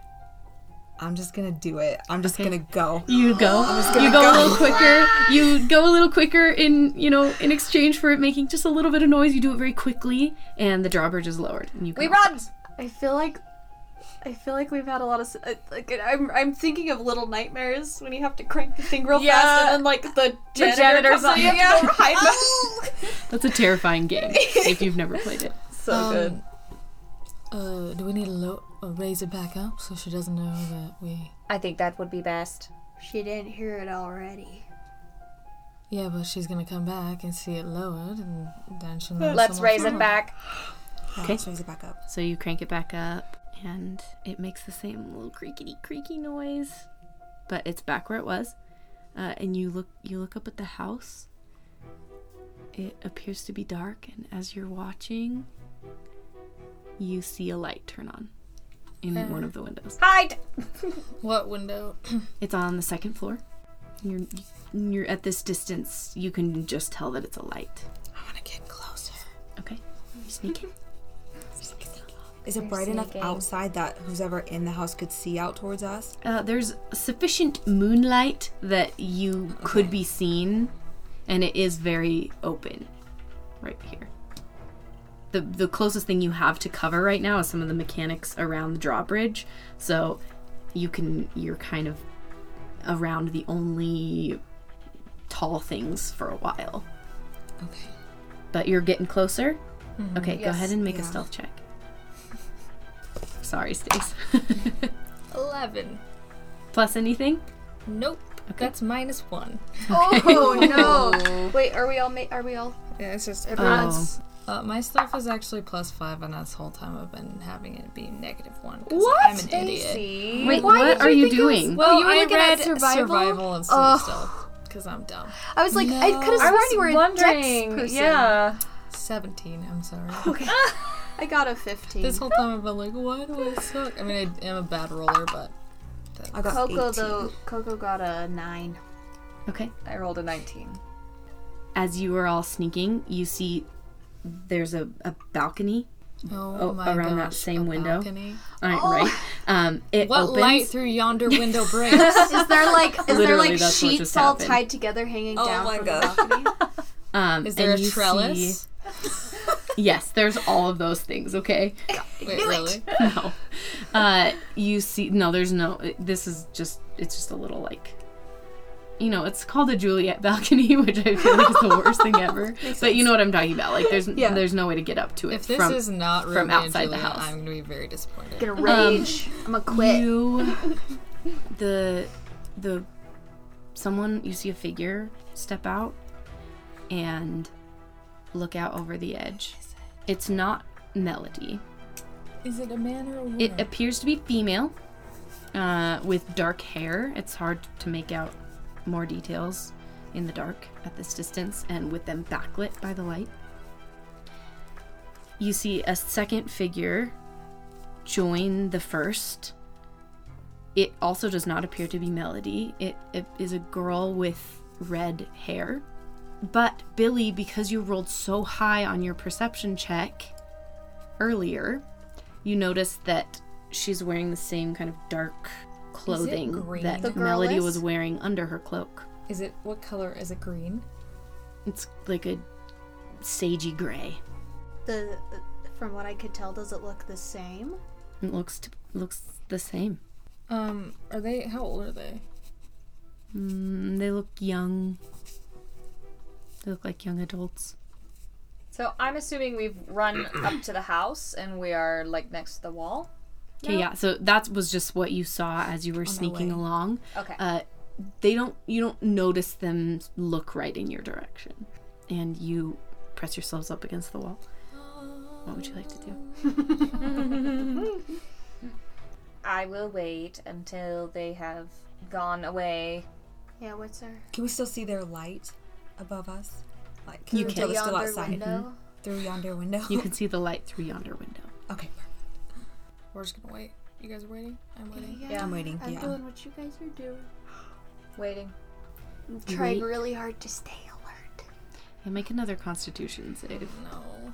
S4: I'm just gonna do it. I'm just
S2: Okay.
S4: gonna go.
S2: You go. you go, a little quicker. You go a little quicker in you know in exchange for it making just a little bit of noise. You do it very quickly, and the drawbridge is lowered. And you go.
S5: We run.
S1: I feel like. I feel like we've had a lot of s- uh, like I'm I'm thinking of little nightmares when you have to crank the thing real fast
S5: Yeah.
S1: and then like the janitor,
S5: janitor
S1: comes
S5: comes
S1: and you
S5: on.
S1: have to go hide behind-
S2: That's a terrifying game if you've never played it.
S5: So
S6: Um,
S5: good.
S3: Uh, do we need to lo- uh, raise it back up so she doesn't know that we?
S5: I think that would be best.
S1: She didn't hear it already.
S3: Yeah, but she's gonna come back and see it lowered, and then she'll know.
S5: Let's
S3: someone
S5: raise
S3: found
S5: it back.
S4: Yeah,
S2: Okay.
S4: Let's raise it back up.
S2: So you crank it back up, and it makes the same little creaky creaky noise, but it's back where it was. Uh, and you look you look up at the house. It appears to be dark, and as you're watching, you see a light turn on in one of the windows.
S5: Hide.
S6: What window?
S2: It's on the second floor. You're you're at this distance. You can just tell that it's a light.
S4: I wanna get closer.
S2: Okay, you sneak in.
S4: Is it bright enough outside that who's ever in the house could see out towards us?
S2: Uh, there's sufficient moonlight that you could be seen, and it is very open right here. The, the closest thing you have to cover right now is some of the mechanics around the drawbridge, so you can you're kind of around the only tall things for a while.
S4: Okay.
S2: But you're getting closer.
S3: Mm-hmm.
S2: Okay, go
S5: Yes.
S2: ahead and make a
S4: Yeah.
S2: stealth check. Sorry, Stace.
S6: Eleven.
S2: Plus anything?
S6: Nope. That's minus one.
S1: Oh no! Wait, are we all ma- are we all
S6: Yeah, it's just
S2: Oh.
S6: Uh, my stuff is actually plus five, and that's the whole time I've been having it be negative one. What? I'm an idiot.
S5: See.
S2: Wait, what are you doing?
S6: Well,
S1: you were
S6: I
S1: looking at
S6: read
S1: survival?
S6: survival and some stuff because I'm dumb.
S1: I was like, I could have
S5: I
S1: sworn
S5: was
S1: you were a dex
S5: wondering.
S1: person.
S5: Yeah.
S6: Seventeen. I'm sorry.
S5: Oh,
S1: I got a 15.
S6: This whole time I've been like, why do I suck? I mean, I am a bad roller, but
S4: I got
S1: Coco
S4: 18.
S1: though, Coco got a 9.
S2: Oh. Okay.
S5: I rolled a 19.
S2: as you are all sneaking, you see there's a, a balcony
S3: Oh,
S2: Oh,
S3: my
S2: around that
S3: gosh,
S2: same
S3: a
S2: window?
S3: balcony.
S2: on it, right? Um, it
S3: Oh. What
S2: opens.
S3: light through yonder window breaks?
S1: Is there like is there
S2: Literally,
S1: like
S2: that's what
S1: sheets
S2: just
S1: all
S2: happened.
S1: tied together hanging
S4: Oh
S1: down
S4: my
S1: from
S4: God.
S1: the balcony?
S2: um,
S3: Is there
S2: and
S3: a
S2: you
S3: trellis?
S2: see- yes, there's all of those things. Okay,
S3: Wait, really?
S2: no, uh, you see, no, there's no. This is just, it's just a little like, you know, it's called a Juliet balcony, which I feel like is the worst thing ever. But you know what I'm talking about. Like, there's there's no way to get up to it
S3: If this
S2: from
S3: is not
S2: from
S3: Romeo and
S2: outside the
S3: Juliet,
S2: house.
S3: I'm going to be very disappointed.
S1: I'm gonna rage. I'm gonna quit.
S2: You, the, the, someone you see a figure step out and look out over the edge. It's not Melody.
S3: Is it a man or a woman?
S2: It appears to be female, uh, with dark hair. It's hard to make out more details in the dark at this distance, and with them backlit by the light. You see a second figure join the first. It also does not appear to be Melody. It, it is a girl with red hair. But Billy, because you rolled so high on your perception check earlier, you notice that she's wearing the same kind of dark clothing
S3: green?
S2: that
S1: The girl
S2: Melody
S1: is?
S2: was wearing under her cloak.
S3: Is it what color? Is it green?
S2: It's like a sagey gray.
S1: The from what I could tell, does it look the same?
S2: It looks t- looks the same.
S3: Um, are they? How old are they?
S2: Mm, they look young. They look like young adults.
S5: So I'm assuming we've run up to the house and we are like next to the wall.
S2: Okay, yeah. So that was just what you saw as you were sneaking
S3: way.
S2: along.
S5: Okay.
S2: Uh, they don't. You don't notice them look right in your direction, and you press yourselves up against the wall. What would you like to do?
S5: I will wait until they have gone away.
S1: Yeah, what's our
S4: Can we still see their light above us? Like, can you
S2: can.
S4: tell they're still
S1: yonder
S4: outside
S1: window?
S4: through yonder window?
S2: You can see the light through yonder window.
S4: okay,
S3: We're just gonna wait. You guys are waiting. I'm waiting.
S1: Yeah,
S4: I'm waiting.
S1: I'm
S4: yeah.
S1: doing what you guys are doing.
S5: Waiting.
S1: I'm trying
S2: Wait.
S1: really hard to stay alert.
S2: And make another Constitution save.
S3: No.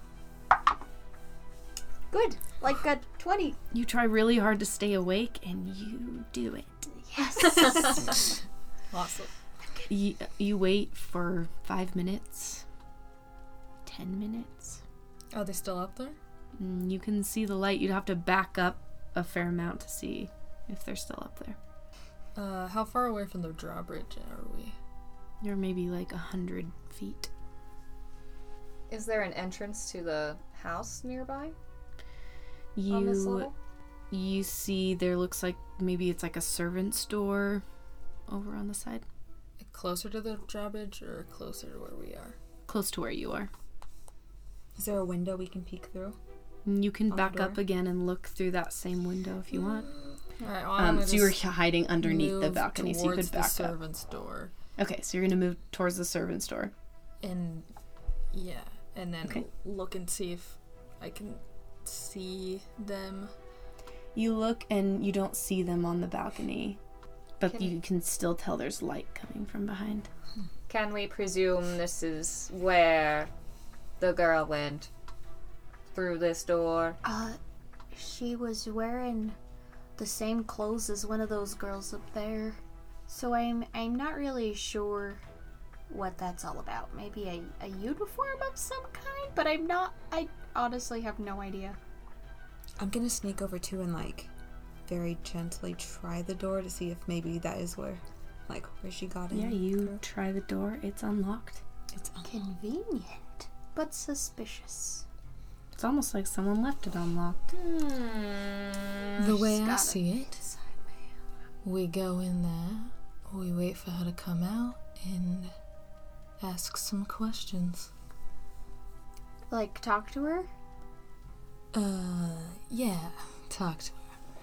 S1: Good, like a twenty.
S2: You try really hard to stay awake, and you do it.
S1: Yes.
S3: Awesome.
S2: You, you wait for five minutes, ten minutes.
S3: Are they still up there?
S2: Mm, You can see the light. You'd have to back up a fair amount to see if they're still up there.
S3: Uh, how far away from the drawbridge are we?
S2: You're maybe like a hundred feet.
S5: Is there an entrance to the house nearby on this
S2: You
S5: level?
S2: you see there looks like maybe it's like a servant's door over on the side,
S3: Closer to the drawbridge or closer to where we are?
S2: close to where you are.
S4: Is there a window we can peek through?
S2: And You can
S4: the
S2: back up
S4: door?
S2: again and look through that same window if you want.
S3: All right. Well, I'm
S2: Um,
S3: gonna
S2: so you were
S3: just
S2: hiding underneath the
S3: move
S2: balcony, so you
S3: towards
S2: could back
S3: the
S2: up.
S3: servant's door,
S2: Okay, so you're gonna move towards the servant's door.
S3: and yeah, and then
S2: Okay.
S3: look and see if I can see them.
S2: You look and you don't see them on the balcony, but
S5: Can-
S2: you can still tell there's light coming from behind.
S5: Can we presume this is where the girl went? Through this door?
S1: uh, she was wearing the same clothes as one of those girls up there, so I'm I'm not really sure what that's all about. Maybe a, a uniform of some kind, but I'm not. I honestly have no idea.
S4: I'm gonna sneak over too and like very gently try the door to see if maybe that is where, like, where she got in.
S2: Yeah, you try the door. It's unlocked.
S4: It's un-
S1: Convenient, but suspicious.
S2: It's almost like someone left it unlocked.
S5: Mm,
S3: The
S2: Mm,
S3: way I see it, we go in there, we wait for her to come out, and ask some questions.
S1: Like talk to her,
S3: Uh, yeah, talk to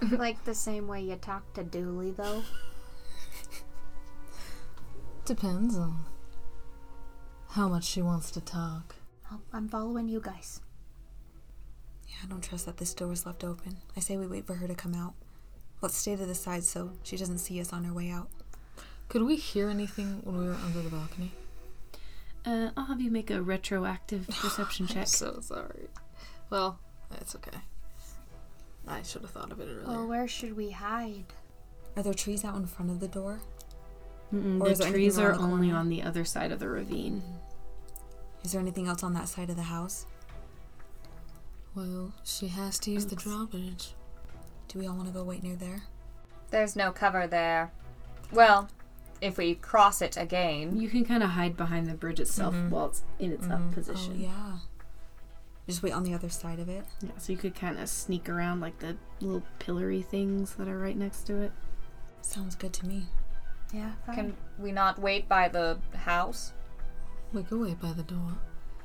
S3: her.
S1: like the same way you talk to Dooley, though.
S3: Depends on how much she wants to talk.
S1: Oh, I'm following you guys.
S4: yeah, I don't trust that this door is left open. I say we wait for her to come out. Let's stay to the side so she doesn't see us on her way out.
S3: Could we hear anything when we were under the balcony?
S2: Uh, I'll have you make a retroactive perception check.
S6: So sorry. Well, that's okay. I should have thought of it earlier.
S1: Well, where should we hide?
S4: Are there trees out in front of the door?
S2: Mm-mm,
S4: Or is
S2: the
S4: there
S2: trees
S4: anything
S2: are
S4: around the
S2: only on the other side of the ravine.
S4: Is there anything else on that side of the house?
S3: Well, she has to use the drawbridge.
S4: Do we all want to go wait near there?
S5: There's no cover there. Well, if we cross it again.
S2: You can kind of hide behind the bridge itself while it's in its up position.
S4: Oh, yeah. Just wait on the other side of it.
S2: Yeah, so you could kind of sneak around like the little pillory things that are right next to it.
S4: Sounds good to me.
S1: Yeah, fine.
S5: Can we not wait by the house?
S3: We go wait by the door.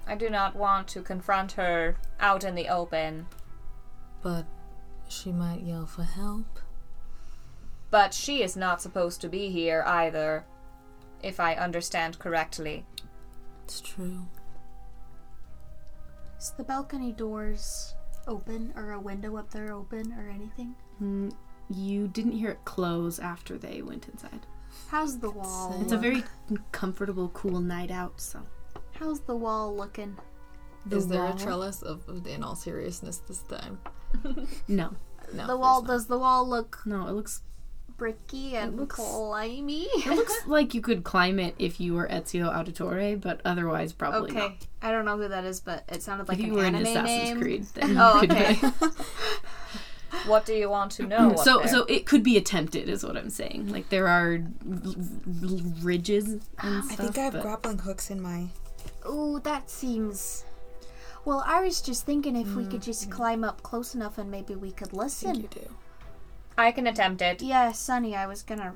S5: I do not want to confront her out in the open,
S3: But she might yell for help.
S5: but she is not supposed to be here either, if I understand correctly.
S3: It's true.
S1: Is the balcony doors open or a window up there open or anything?
S2: Mm, you didn't hear it close after they went inside.
S1: How's the wall?
S2: It's a very comfortable, cool night out, so.
S1: How's the wall looking?
S6: Is there a trellis of, in all seriousness, this time?
S2: No,
S6: No.
S1: the wall does the wall look
S2: no, it looks
S1: bricky and
S2: looks-
S1: slimy?
S2: it looks like you could climb it if you were Ezio Auditore, but otherwise probably
S1: okay,
S2: not.
S1: I don't know who that is, but it sounded like
S2: If you
S1: an
S2: were in
S1: anime
S2: Assassin's
S1: name.
S2: Creed, then
S5: Oh,
S2: you could
S5: okay.
S2: do it.
S5: What do you want to know? Oh, up
S2: Mm, so
S5: there?
S2: so it could be attempted, is what I'm saying. Like there are l- l- ridges and stuff.
S4: I think I have
S2: but-
S4: grappling hooks in my.
S1: Ooh, that seems. Well, I was just thinking if we could just climb up close enough and maybe we could listen.
S5: I can attempt it.
S1: Yeah, Sunny, I was gonna.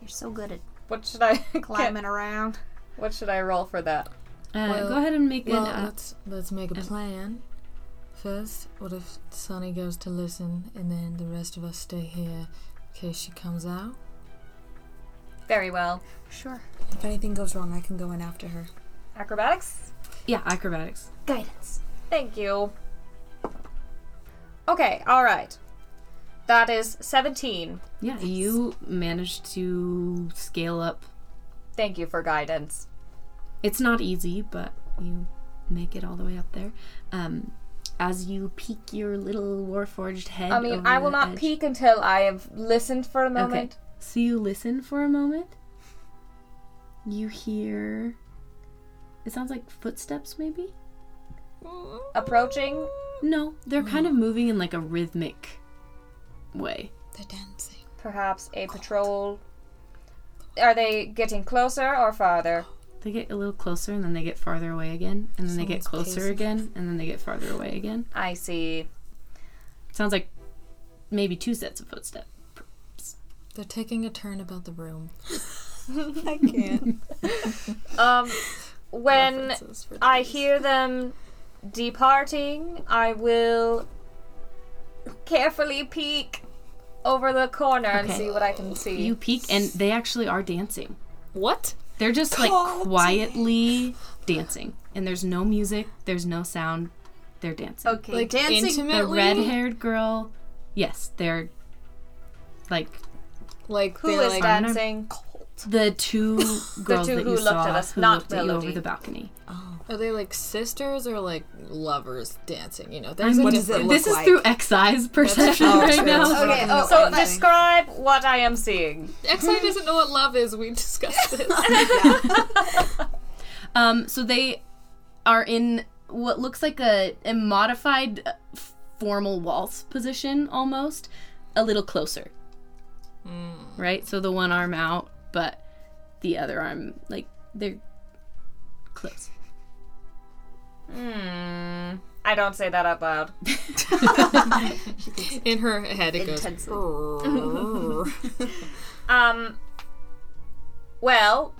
S1: You're so good at
S5: What should I
S1: climbing around.
S5: What should I roll for that?
S2: Uh,
S3: Well-
S2: go ahead and make
S3: Well,
S2: an. Uh,
S3: let's let's make a plan. First, what if Sunny goes to listen, and then the rest of us stay here in case she comes out?
S5: Very well.
S1: Sure.
S4: If anything goes wrong, I can go in after her.
S5: Acrobatics?
S2: yeah, acrobatics.
S1: Guidance.
S5: Thank you. Okay, all right. That is 17.
S2: Yeah, you managed to scale up.
S5: Thank you for guidance.
S2: It's not easy, but you make it all the way up there. Um, as you peek your little warforged head.
S5: I mean,
S2: over
S5: I will
S2: the
S5: not
S2: edge-
S5: peek until I have listened for a
S2: Okay.
S5: moment.
S2: So you listen for a moment. You hear. It sounds like footsteps, maybe.
S5: Approaching.
S2: No, they're kind of
S5: Oh.
S2: moving in like a rhythmic way.
S4: They're dancing.
S5: Perhaps a patrol. Are they getting closer or farther?
S2: They get a little closer and then they get farther away again, and then they get
S4: Someone's
S2: closer
S4: pacing.
S2: again, and then they get farther away again.
S5: I see.
S2: Sounds like maybe two sets of footsteps.
S3: They're taking a turn about the room.
S4: I can't.
S5: Um, when
S6: References for
S5: I
S6: these.
S5: hear them departing, I will carefully peek over the corner and
S2: Okay.
S5: see what I can see.
S2: You peek, and they actually are dancing.
S6: What?
S2: They're just like quietly dancing, and there's no music, there's no sound. They're dancing.
S1: Okay, dancing.
S2: The
S6: Intimately?
S2: red-haired girl, yes, they're like
S6: Like,
S5: Who
S6: they,
S5: is
S6: like,
S5: dancing?
S2: the two girls
S5: two
S2: that you
S5: who looked
S2: saw
S5: at us,
S2: who
S5: not
S2: looked at you
S5: Melody.
S2: over the balcony.
S6: Are they like sisters or like lovers dancing? You know,
S2: I
S6: there's a
S2: mean,
S4: does it
S6: different.
S4: look
S2: this is
S4: like?
S2: through Xi's perception
S4: Oh,
S2: right
S4: true.
S2: now.
S4: We're not gonna know
S5: So
S4: anything.
S5: describe what I am seeing.
S6: Xi doesn't know what love is. We discussed this.
S2: Um, so they are in what looks like a, a modified uh, f- formal waltz position, almost a little closer.
S4: Hmm.
S2: Right. So the one arm out, but the other arm, like they're close.
S5: Hmm. I don't say that out loud.
S6: In her head, it goes.
S5: Um. Well,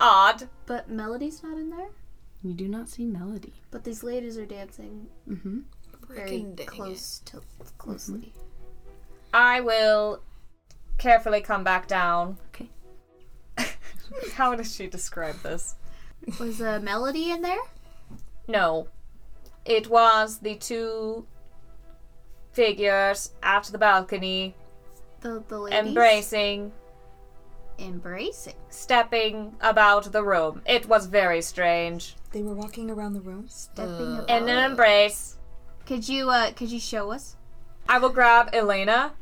S5: odd.
S1: But Melody's not in there?
S2: You do not see melody.
S1: But these ladies are dancing
S2: Mm-hmm.
S1: very
S6: Freaking dang
S1: close to closely.
S5: I will carefully come back down.
S2: Okay.
S5: How does she describe this?
S1: Was a melody in there?
S5: No. It was the two figures at the balcony
S1: The the ladies
S5: embracing
S1: embracing.
S5: stepping about the room. It was very strange.
S4: They were walking around the rooms.
S1: Stepping up.
S5: In an embrace,
S1: Could you uh could you show us?
S5: I will grab Elena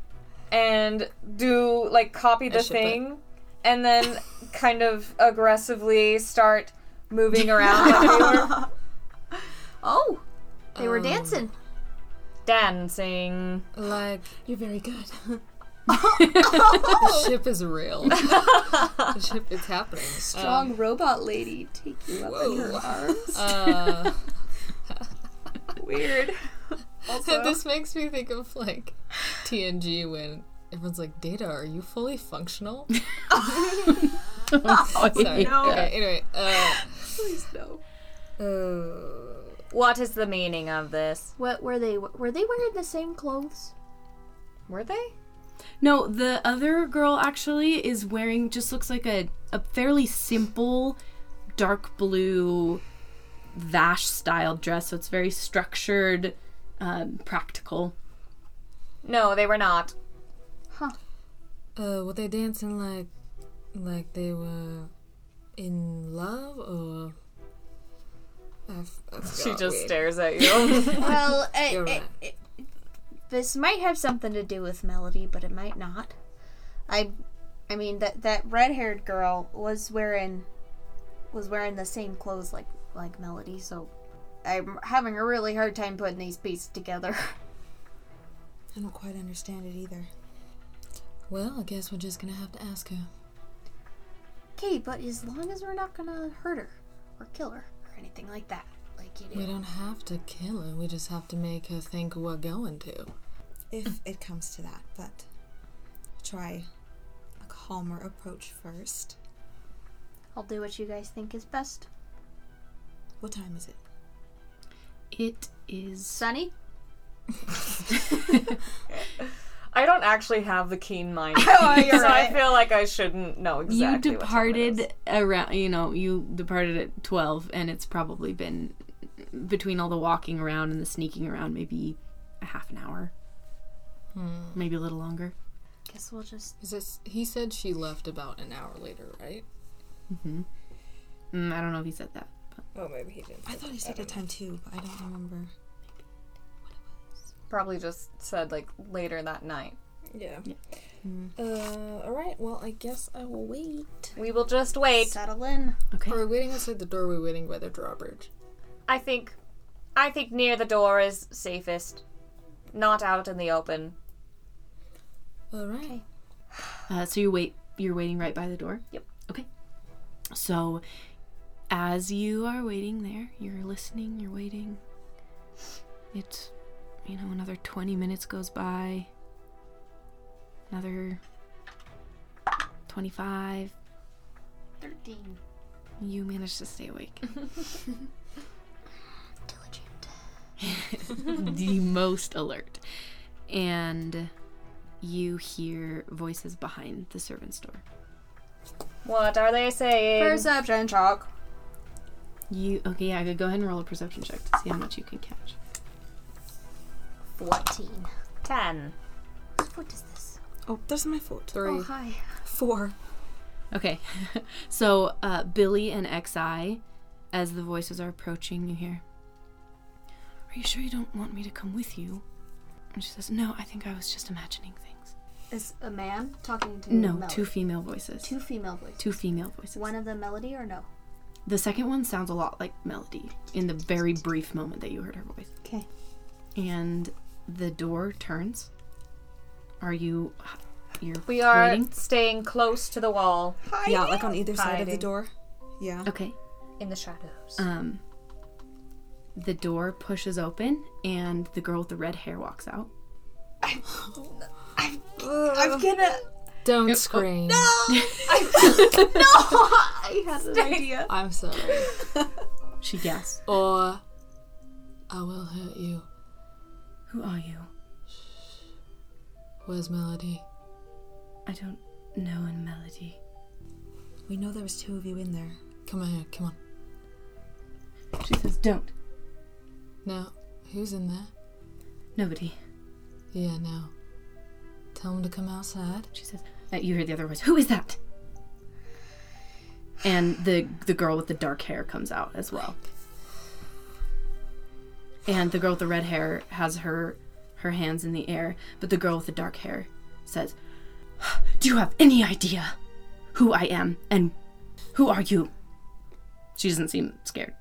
S5: and do like copy the thing and then kind of aggressively start moving around. while they were
S1: Oh, they were dancing.
S5: dancing.
S6: Like
S4: You're very good.
S6: the ship is real. the ship it's happening. Um,
S1: Strong robot lady take you up in her arms.
S6: Uh,
S1: Weird.
S6: this makes me think of like TNG when everyone's like, "Data, are you fully functional?" Sorry. Okay, anyway, uh,
S1: Please no.
S5: What is the meaning of this?
S1: What were they? Were they wearing the same clothes?
S5: Were they?
S2: No, the other girl actually is wearing just looks like a, a fairly simple dark blue Vash style dress. So it's very structured, um, practical.
S5: No, they were not.
S6: uh, were they dancing like like they were in love or? I've, I've
S5: She just stares at you.
S1: Well, it,
S6: You're
S1: it-
S6: right.
S1: it- this might have something to do with Melody, but it might not. I, I mean that that red-haired girl was wearing, was wearing the same clothes like like Melody. So I'm having a really hard time putting these pieces together.
S4: I don't quite understand it either.
S6: Well, I guess we're just gonna have to ask her.
S1: Okay, but as long as we're not gonna hurt her or kill her or anything like that, like you
S6: We
S1: did.
S6: don't have to kill her. We just have to make her think we're going to.
S4: If it comes to that, but try a calmer approach first.
S1: I'll do what you guys think is best.
S4: What time is it?
S2: It is
S1: Sunny,
S5: I don't actually have the keen mind, so I feel like I shouldn't know exactly.
S2: you
S5: what time it is.
S2: departed around you know you departed at 12 and it's probably been between all the walking around and the sneaking around maybe a half an hour
S5: Hmm.
S2: maybe a little longer
S1: guess we'll just
S6: Is this? He said she left about an hour later, right?
S2: mm, i don't know if he said that but
S6: Oh, maybe he didn't.
S4: I thought he said the time too, but I don't remember.
S5: Probably just said like later that night.
S6: Yeah. Uh, all right. Well, I guess I will wait.
S5: We will just wait.
S1: settle in.
S2: okay
S6: Are we waiting outside the door? Are we waiting by the drawbridge?
S5: I think, I think near the door is safest, not out in the open.
S6: All right.
S2: Uh, so you wait. You're waiting right by the door.
S5: Yep.
S2: Okay. So, as you are waiting there, you're listening. You're waiting. It's, you know, another 20 minutes goes by. Another 25.
S1: Thirteen.
S2: You manage to stay awake.
S1: Diligent.
S2: the most alert, and you hear voices behind the servants' door.
S5: What are they saying?
S1: Perception check.
S2: You okay? Yeah, go ahead and roll a perception check to see how much you can catch.
S1: Fourteen.
S5: Ten.
S1: What is this?
S4: Oh, there's my foot.
S1: Oh hi.
S4: Four.
S2: Okay. so uh, Billy and XI, as the voices are approaching, you hear, Are you sure you don't want me to come with you? And she says, No, I think I was just imagining things.
S1: Is a man talking to
S2: No,
S1: Melody?
S2: two female voices.
S1: two female voices.
S2: Two female voices.
S1: One of them Melody or no?
S2: The second one sounds a lot like Melody in the very brief moment that you heard her voice.
S1: Okay.
S2: And the door turns. Are you. You're
S5: We are
S2: waiting?
S5: staying close to the wall
S4: yeah, like on either side of the
S5: Hiding.
S4: door. Yeah.
S2: Okay.
S5: in the shadows.
S2: Um, the door pushes open, and the girl with the red hair walks out.
S1: I'm gonna.
S6: Don't scream.
S1: I had an idea.
S6: I'm sorry.
S2: She gasps.
S6: Or
S3: Oh.
S6: I will hurt you.
S2: Who are you?
S6: Where's Melody?
S2: I don't know in melody.
S4: We know there was two of you in there.
S6: Come on here. Come on.
S2: She says, Don't.
S6: Now, who's in there?
S2: Nobody.
S6: Yeah, now. Tell him to come outside.
S2: She says, uh, You hear the other voice. Who is that? and the the girl with the dark hair comes out as well. And the girl with the red hair has her her hands in the air, but the girl with the dark hair says, "Do you have any idea who I am and who are you?" She doesn't seem scared.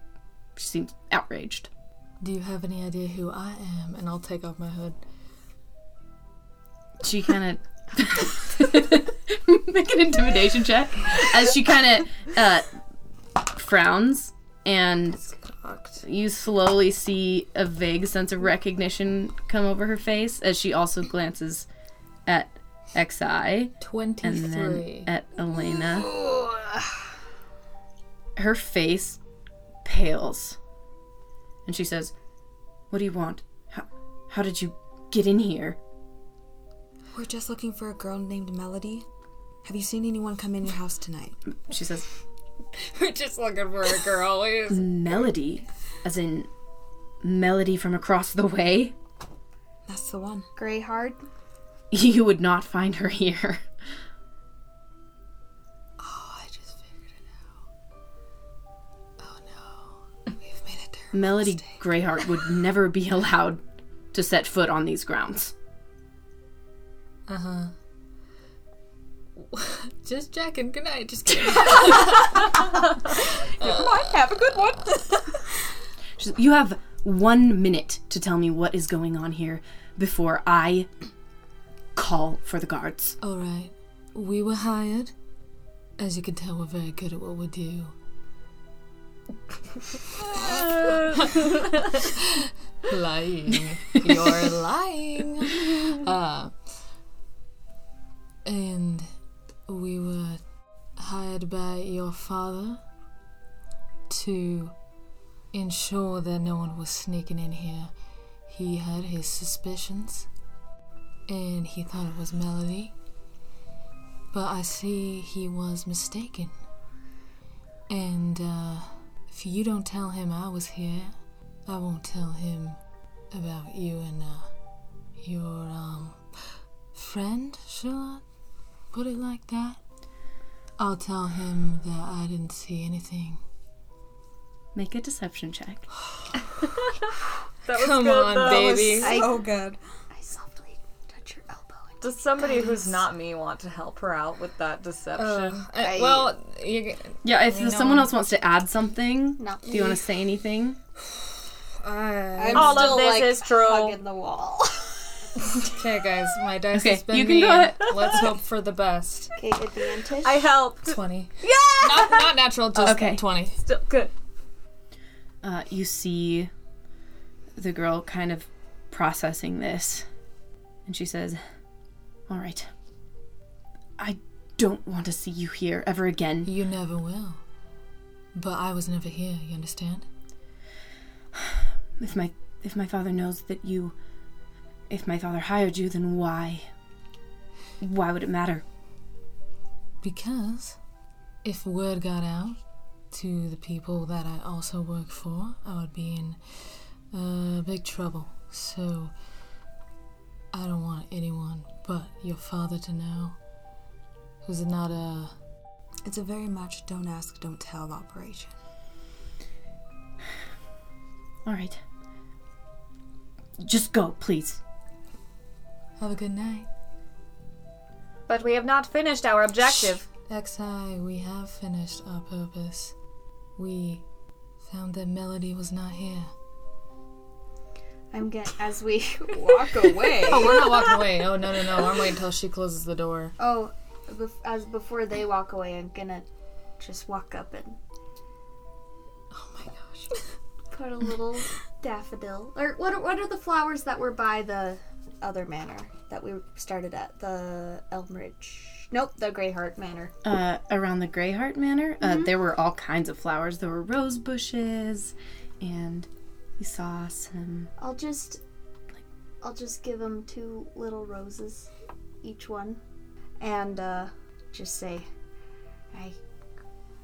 S2: She seems outraged.
S3: Do you have any idea who I am? And I'll take off my hood.
S2: She kind of make an intimidation check as she kind of uh, frowns and you slowly see a vague sense of recognition come over her face as she also glances at Xi and then
S3: 23.
S2: at Elena. Her face pales and she says, "What do you want? How, how did you get in here?"
S4: We're just looking for a girl named Melody. Have you seen anyone come in your house tonight?
S2: She says,
S6: We're just looking for a girl. We're just-
S2: melody, as in melody from across the way,
S4: That's the one.
S1: Gray hard.
S2: you would not find her here.
S4: Oh, I just figured it out. Oh no. We've made a terrible
S2: Melody
S4: mistake.
S2: Greyheart would never be allowed to set foot on these grounds.
S3: Uh huh. Just jacking. Good night. Just kidding.
S4: Have a good one.
S2: She says, you have one minute to tell me what is going on here before I call for the guards.
S3: All right. We were hired. As you can tell, we're very good at what we do. lying. You're lying. Uh, and we were hired by your father to ensure that no one was sneaking in here. He had his suspicions, and he thought it was Melody. But I see he was mistaken. And uh, if you don't tell him I was here, I won't tell him about you and uh, your um, friend, shall I put it like that? I'll tell him that I didn't see anything.
S2: Make a deception check.
S6: Come on, baby.
S4: so good.
S1: I softly touch your elbow. And
S5: Does somebody who's not me want to help her out with that deception?
S6: Uh, well, you,
S2: Yeah, if someone else wants to add something,
S1: No.
S2: do you want to say anything?
S6: uh,
S1: I'm
S5: All
S1: still,
S5: of this
S1: like,
S5: is true.
S1: hugging the wall.
S6: okay, guys, my dice
S2: Okay,
S6: has been
S2: you can go
S6: mean.
S2: ahead.
S6: Let's hope for the best.
S1: okay, advantage.
S5: I helped.
S6: Twenty. Yeah. Not, not natural. Just
S2: Okay.
S6: twenty.
S5: Still good.
S2: uh, you see the girl kind of processing this. And she says, All right. I don't want to see you here ever again.
S3: You never will. But I was never here, you understand?
S2: If my if my father knows that you if my father hired you, then why? Why would it matter?
S3: Because if word got out to the people that I also work for, I would be in uh, big trouble. So I don't want anyone but your father to know. Who's not a.
S4: It's a very much don't ask, don't tell operation.
S2: All right. Just go, please.
S3: Have a good night.
S5: But we have not finished our objective.
S3: Xi, we have finished our purpose. We found that Melody was not here.
S1: I'm getting as we walk away.
S6: Oh, we're not walking away. Oh no no no! I'm waiting until she closes the door.
S1: Oh, bef- as before they walk away, I'm gonna just walk up and. Oh my gosh. Put a little daffodil, or what? Are, what are the flowers that were by the other manor that we started at? The Elmridge. Nope, the Greyheart Manor.
S2: uh, around the Greyheart Manor, uh, there were all kinds of flowers. There were rose bushes, and you saw some.
S1: I'll just, I'll just give them two little roses, each one, and uh, just say, I,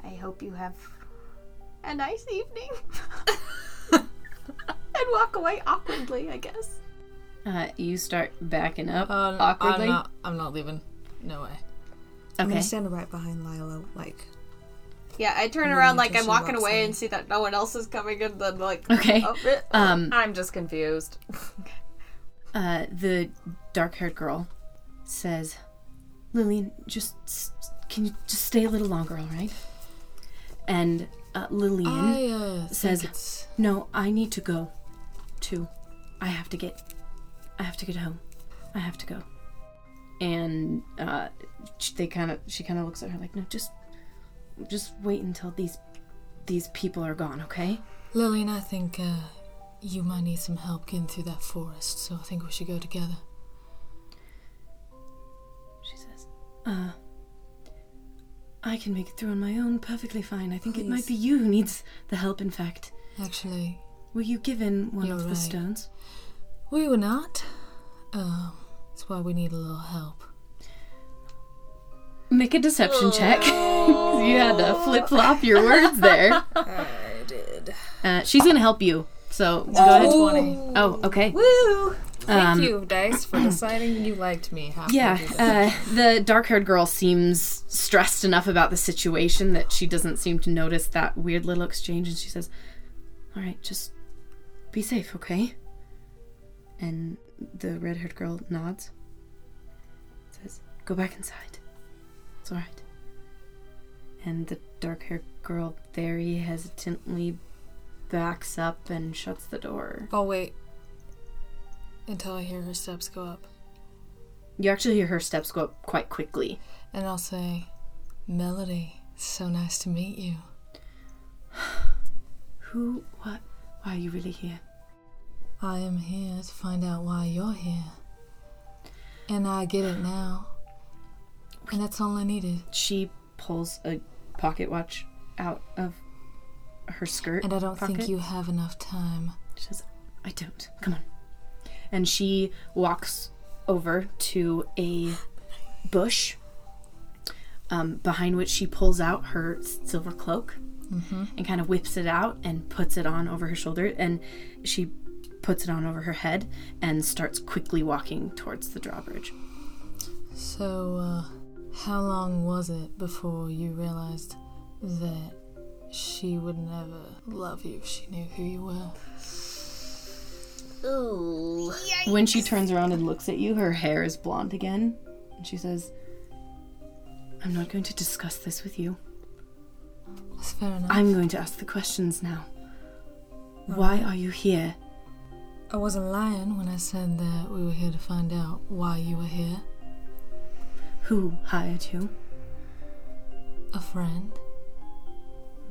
S1: I hope you have a nice evening, and walk away awkwardly, I guess.
S2: Uh, you start backing up
S3: Uh,
S6: Oh, n-
S2: awkwardly.
S6: I'm not. I'm not leaving. No way.
S4: I'm
S2: okay.
S4: gonna stand right behind Lila, like
S1: Yeah, I turn around like I'm walking away and see that no one else is coming, and then like,
S2: Okay.
S1: oh, eh,
S2: Um,
S5: I'm just confused.
S2: uh, the dark-haired girl says, "Lillian, just s- s- can you just stay a little longer, all right?" And uh, Lillian
S3: I uh,
S2: says,
S3: think it's
S2: No, I need to go. Too. I have to get. I have to get home. I have to go. And uh, sh- they kind of. She kind of looks at her like, no, just, just wait until these, these people are gone, okay?
S3: Lillian. I think uh, you might need some help getting through that forest, so I think we should go together.
S2: She says, uh, I can make it through on my own perfectly fine. I think it might be you who needs the help. In fact,
S3: Actually,
S2: were you given one
S3: You're
S2: of the
S3: right.
S2: stones?
S3: we were not. Um, that's why we need a little help.
S2: Make a deception check. you had to flip flop your words there. Oh. I did. Uh, she's gonna help you. So go ahead. Oh, okay.
S3: Thank you, Dice, for deciding you liked me. halfway
S2: Um, Yeah,
S3: through this.
S2: uh, the dark-haired girl seems stressed enough about the situation that she doesn't seem to notice that weird little exchange, and she says, "All right, just be safe, okay?" And the red-haired girl nods, says, "Go back inside. It's all right." And the dark-haired girl very hesitantly backs up and shuts the door.
S3: I'll wait until I hear her steps go up,
S2: You actually hear her steps go up quite quickly.
S3: and I'll say, "Melody, so nice to meet you."
S2: Who? What? Why are you really here?
S3: I am here to find out why you're here. And I get it now. And that's all I needed.
S2: she pulls a pocket watch out of her skirt.
S3: And I don't
S2: pocket.
S3: think you have enough time.
S2: She says, I don't. Come on. And she walks over to a bush um, behind which she pulls out her silver cloak
S3: Mm-hmm.
S2: and kind of whips it out and puts it on over her shoulder. And she puts it on over her head and starts quickly walking towards the drawbridge.
S3: So, uh, how long was it before you realized that she would never love you if she knew who you were?
S2: When she turns around and looks at you, her hair is blonde again. And she says, I'm not going to discuss this with you.
S3: That's fair enough.
S2: I'm going to ask the questions now. Why are you here?
S3: I wasn't lying when I said that we were here to find out why you were here.
S2: Who hired you?
S3: A friend.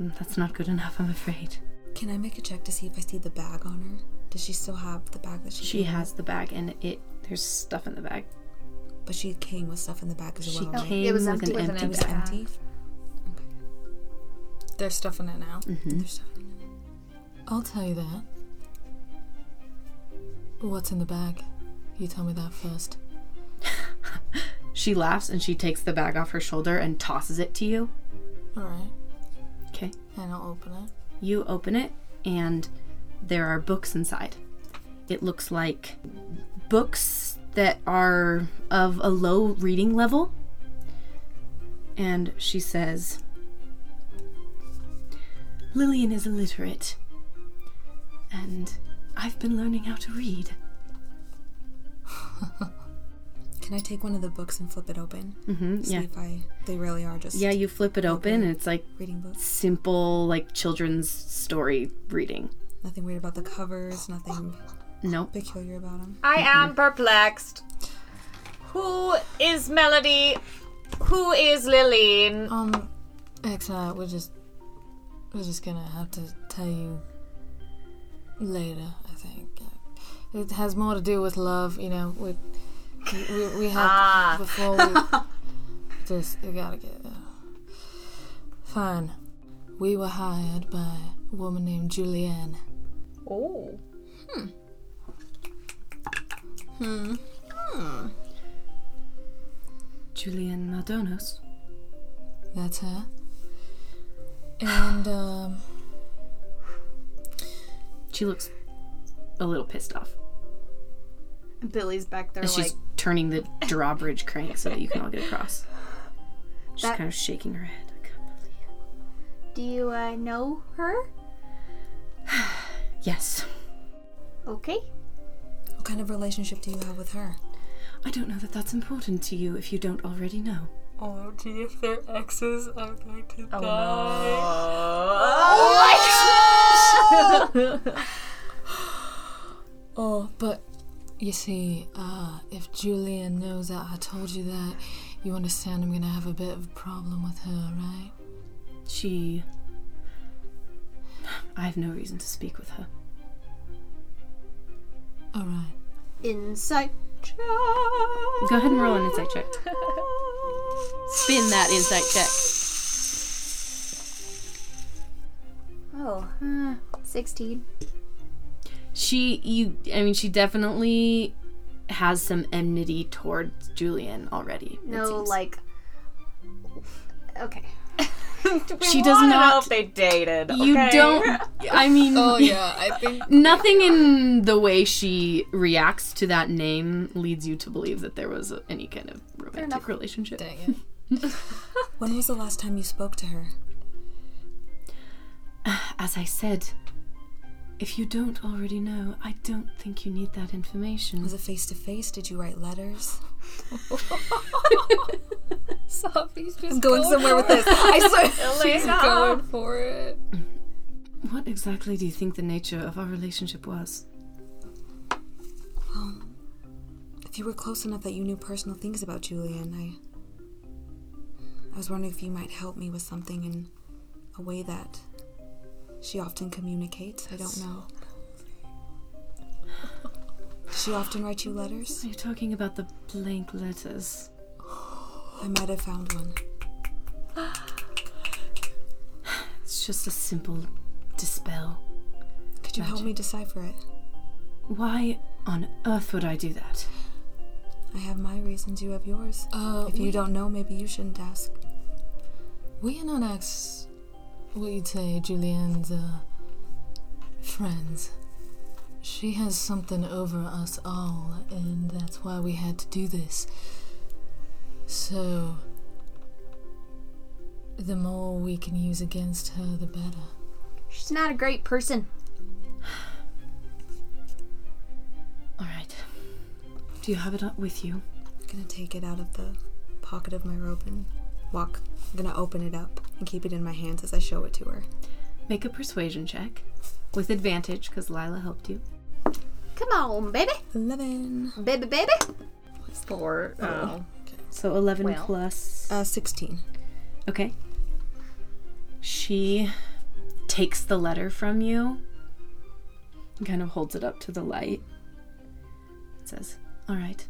S2: Mm, That's not good enough, I'm afraid.
S4: Can I make a check to see if I see the bag on her? Does she still have the bag that she?
S2: She
S4: came
S2: has the bag and it there's stuff in the bag.
S4: with? But she came with stuff in the bag as
S2: She
S4: well. right?
S2: came
S1: it was
S2: with
S1: empty
S2: an
S1: with
S2: empty
S1: an
S4: It was
S2: bag.
S4: empty.
S3: There's stuff in it now.
S2: Mm-hmm.
S4: There's stuff in it.
S3: I'll tell you that. What's in the bag? You tell me that first.
S2: She laughs and she takes the bag off her shoulder and tosses it to you.
S3: Alright.
S2: Okay.
S3: And I'll open it.
S2: You open it, and there are books inside. It looks like books that are of a low reading level. And she says, Lillian is illiterate, and I've been learning how to read.
S4: Can I take one of the books and flip it open?
S2: Mm-hmm,
S4: See if I they really are just
S2: Yeah, you flip it open, and it's like
S4: reading books.
S2: simple, like children's story reading.
S4: Nothing weird about the covers. Nothing
S2: Nope.
S4: peculiar about them.
S5: I am perplexed. Who is Melody? Who is Lillian?
S3: Um Exa, we're just we're just gonna have to tell you later, I think. It has more to do with love, you know, we we, we, we have before we just we gotta get uh, Fine. We were hired by a woman named Julianne.
S5: Oh.
S2: Julian Maldonos.
S3: That's her. And um,
S2: She looks a little pissed off.
S1: Billy's back there
S2: And
S1: like
S2: she's turning the drawbridge crank so that you can all get across. She's
S1: That-
S2: kind of shaking her head.
S1: Do you uh, know her?
S2: Yes.
S1: Okay.
S4: What kind of relationship do you have with her?
S8: I don't know that that's important to you if you don't already know.
S9: OMG, if they're exes, I'm going to die.
S10: Uh,
S3: Oh, but you see, uh, if Julian knows that I told you that, you understand I'm gonna have a bit of a problem with her, right?
S8: She. I have no reason to speak with her.
S3: Alright.
S1: Insight. check.
S2: Go ahead and roll an insight check. Spin that insight check.
S1: Oh, uh, 16.
S2: She, you, I mean, she definitely has some enmity towards Julian already. it
S1: No,
S2: seems.
S1: like. Okay.
S2: she does not.
S10: they dated.
S2: You don't. I mean,
S9: Oh, yeah, I think
S2: nothing in the way she reacts to that name leads you to believe that there was any kind of romantic relationship.
S4: When was the last time you spoke to her?
S8: As I said, if you don't already know, I don't think you need that information.
S4: Was it face to face? Did you write letters?
S9: Sophie's just
S4: I'm going somewhere with this. I swear.
S9: going for it.
S8: What exactly do you think the nature of our relationship was?
S4: If you were close enough that you knew personal things about Julian, I. I was wondering if you might help me with something in a way that she often communicates. I don't know. Does she often write you letters?
S8: Are you talking about the blank letters?
S4: I might have found one.
S8: It's just a simple dispel.
S4: Could you help me decipher it?
S8: Why on earth would I do that?
S4: I have my reasons, you have yours.
S9: Oh,
S3: Uh,
S4: If you don't know, maybe you shouldn't ask.
S3: we are not ex. What you'd say, Julian's uh, friends. She has something over us all, and that's why we had to do this. So, the more we can use against her, the better.
S1: She's not a great person.
S8: All right. Do you have it up with you?
S4: I'm gonna take it out of the pocket of my robe and walk. I'm gonna open it up and keep it in my hands as I show it to her.
S2: Make a persuasion check with advantage because Lila helped you.
S1: Come on, baby.
S4: Eleven.
S1: Baby, baby.
S10: Four. Oh.
S2: So 11 plus.
S4: Uh, 16.
S2: Okay. She takes the letter from you and kind of holds it up to the light. It says, All right.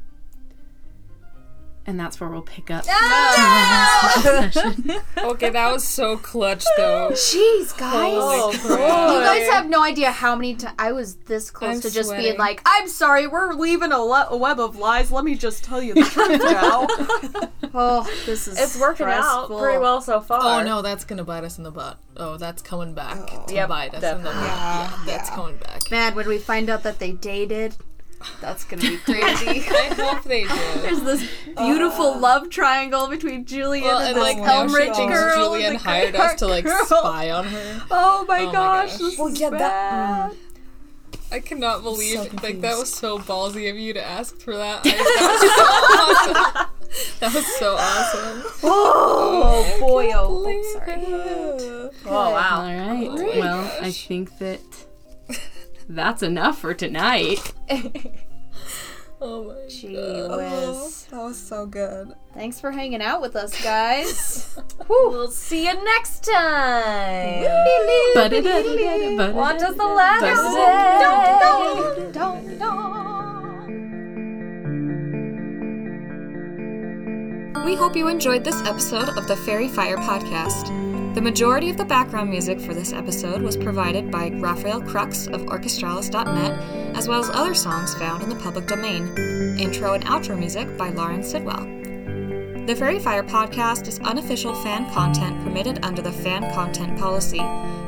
S2: And that's where we'll pick up.
S3: Ah.
S9: Okay, that was so clutch though.
S1: Jeez, guys. you guys have no idea how many times I was this close
S9: I'm
S1: to just being
S9: sweating.
S1: like, I'm sorry, we're leaving a, le- a web of lies. Let me just tell you the truth now. oh, this is
S10: It's working out
S1: stressful.
S10: pretty well so far.
S3: Oh no, that's gonna bite us in the butt. Oh, that's coming back to
S10: Yep,
S3: bite us in the butt.
S10: definitely.
S3: Oh. Yeah, that's coming back.
S1: Man, when we find out that they dated, that's gonna be crazy.
S9: I hope they do.
S1: There's this beautiful love triangle between Julian
S3: Oh. Well,
S1: and,
S3: and oh
S1: this
S3: like now she
S1: Elmridge
S3: thinks
S1: girl. and
S3: Julian
S1: the
S3: hired
S1: Greyhawk
S3: us to like
S1: girl.
S3: spy on her.
S1: Oh my
S3: my
S1: gosh,
S3: gosh.
S1: this
S4: Well,
S1: is
S4: yeah, that-
S1: bad.
S9: I cannot believe
S4: so
S9: like that
S4: confused.
S9: was so ballsy of you to ask for that. I- that was so awesome. That was so awesome.
S1: Oh boy, oh, I'm sorry.
S10: Oh wow.
S2: All right. well, I think that that's enough for tonight.
S9: Oh my
S1: Gee whiz.
S4: That was so good.
S1: Thanks for hanging out with us, guys.
S10: We'll see you next time.
S2: Ba-da-da-da-da-da-da-da.
S10: What does the letter
S2: Don't-
S10: say?
S1: don't, don't, don't.
S5: We hope you enjoyed this episode of the Fairy Fire podcast. The majority of the background music for this episode was provided by Raphael Crux of Orchestralis.net, as well as other songs found in the public domain. Intro and outro music by Lauren Sidwell. The Fairy Fire podcast is unofficial fan content permitted under the fan content policy.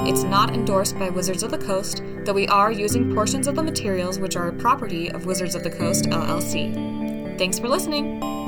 S5: It's not endorsed by Wizards of the Coast, though we are using portions of the materials which are a property of Wizards of the Coast LLC. Thanks for listening!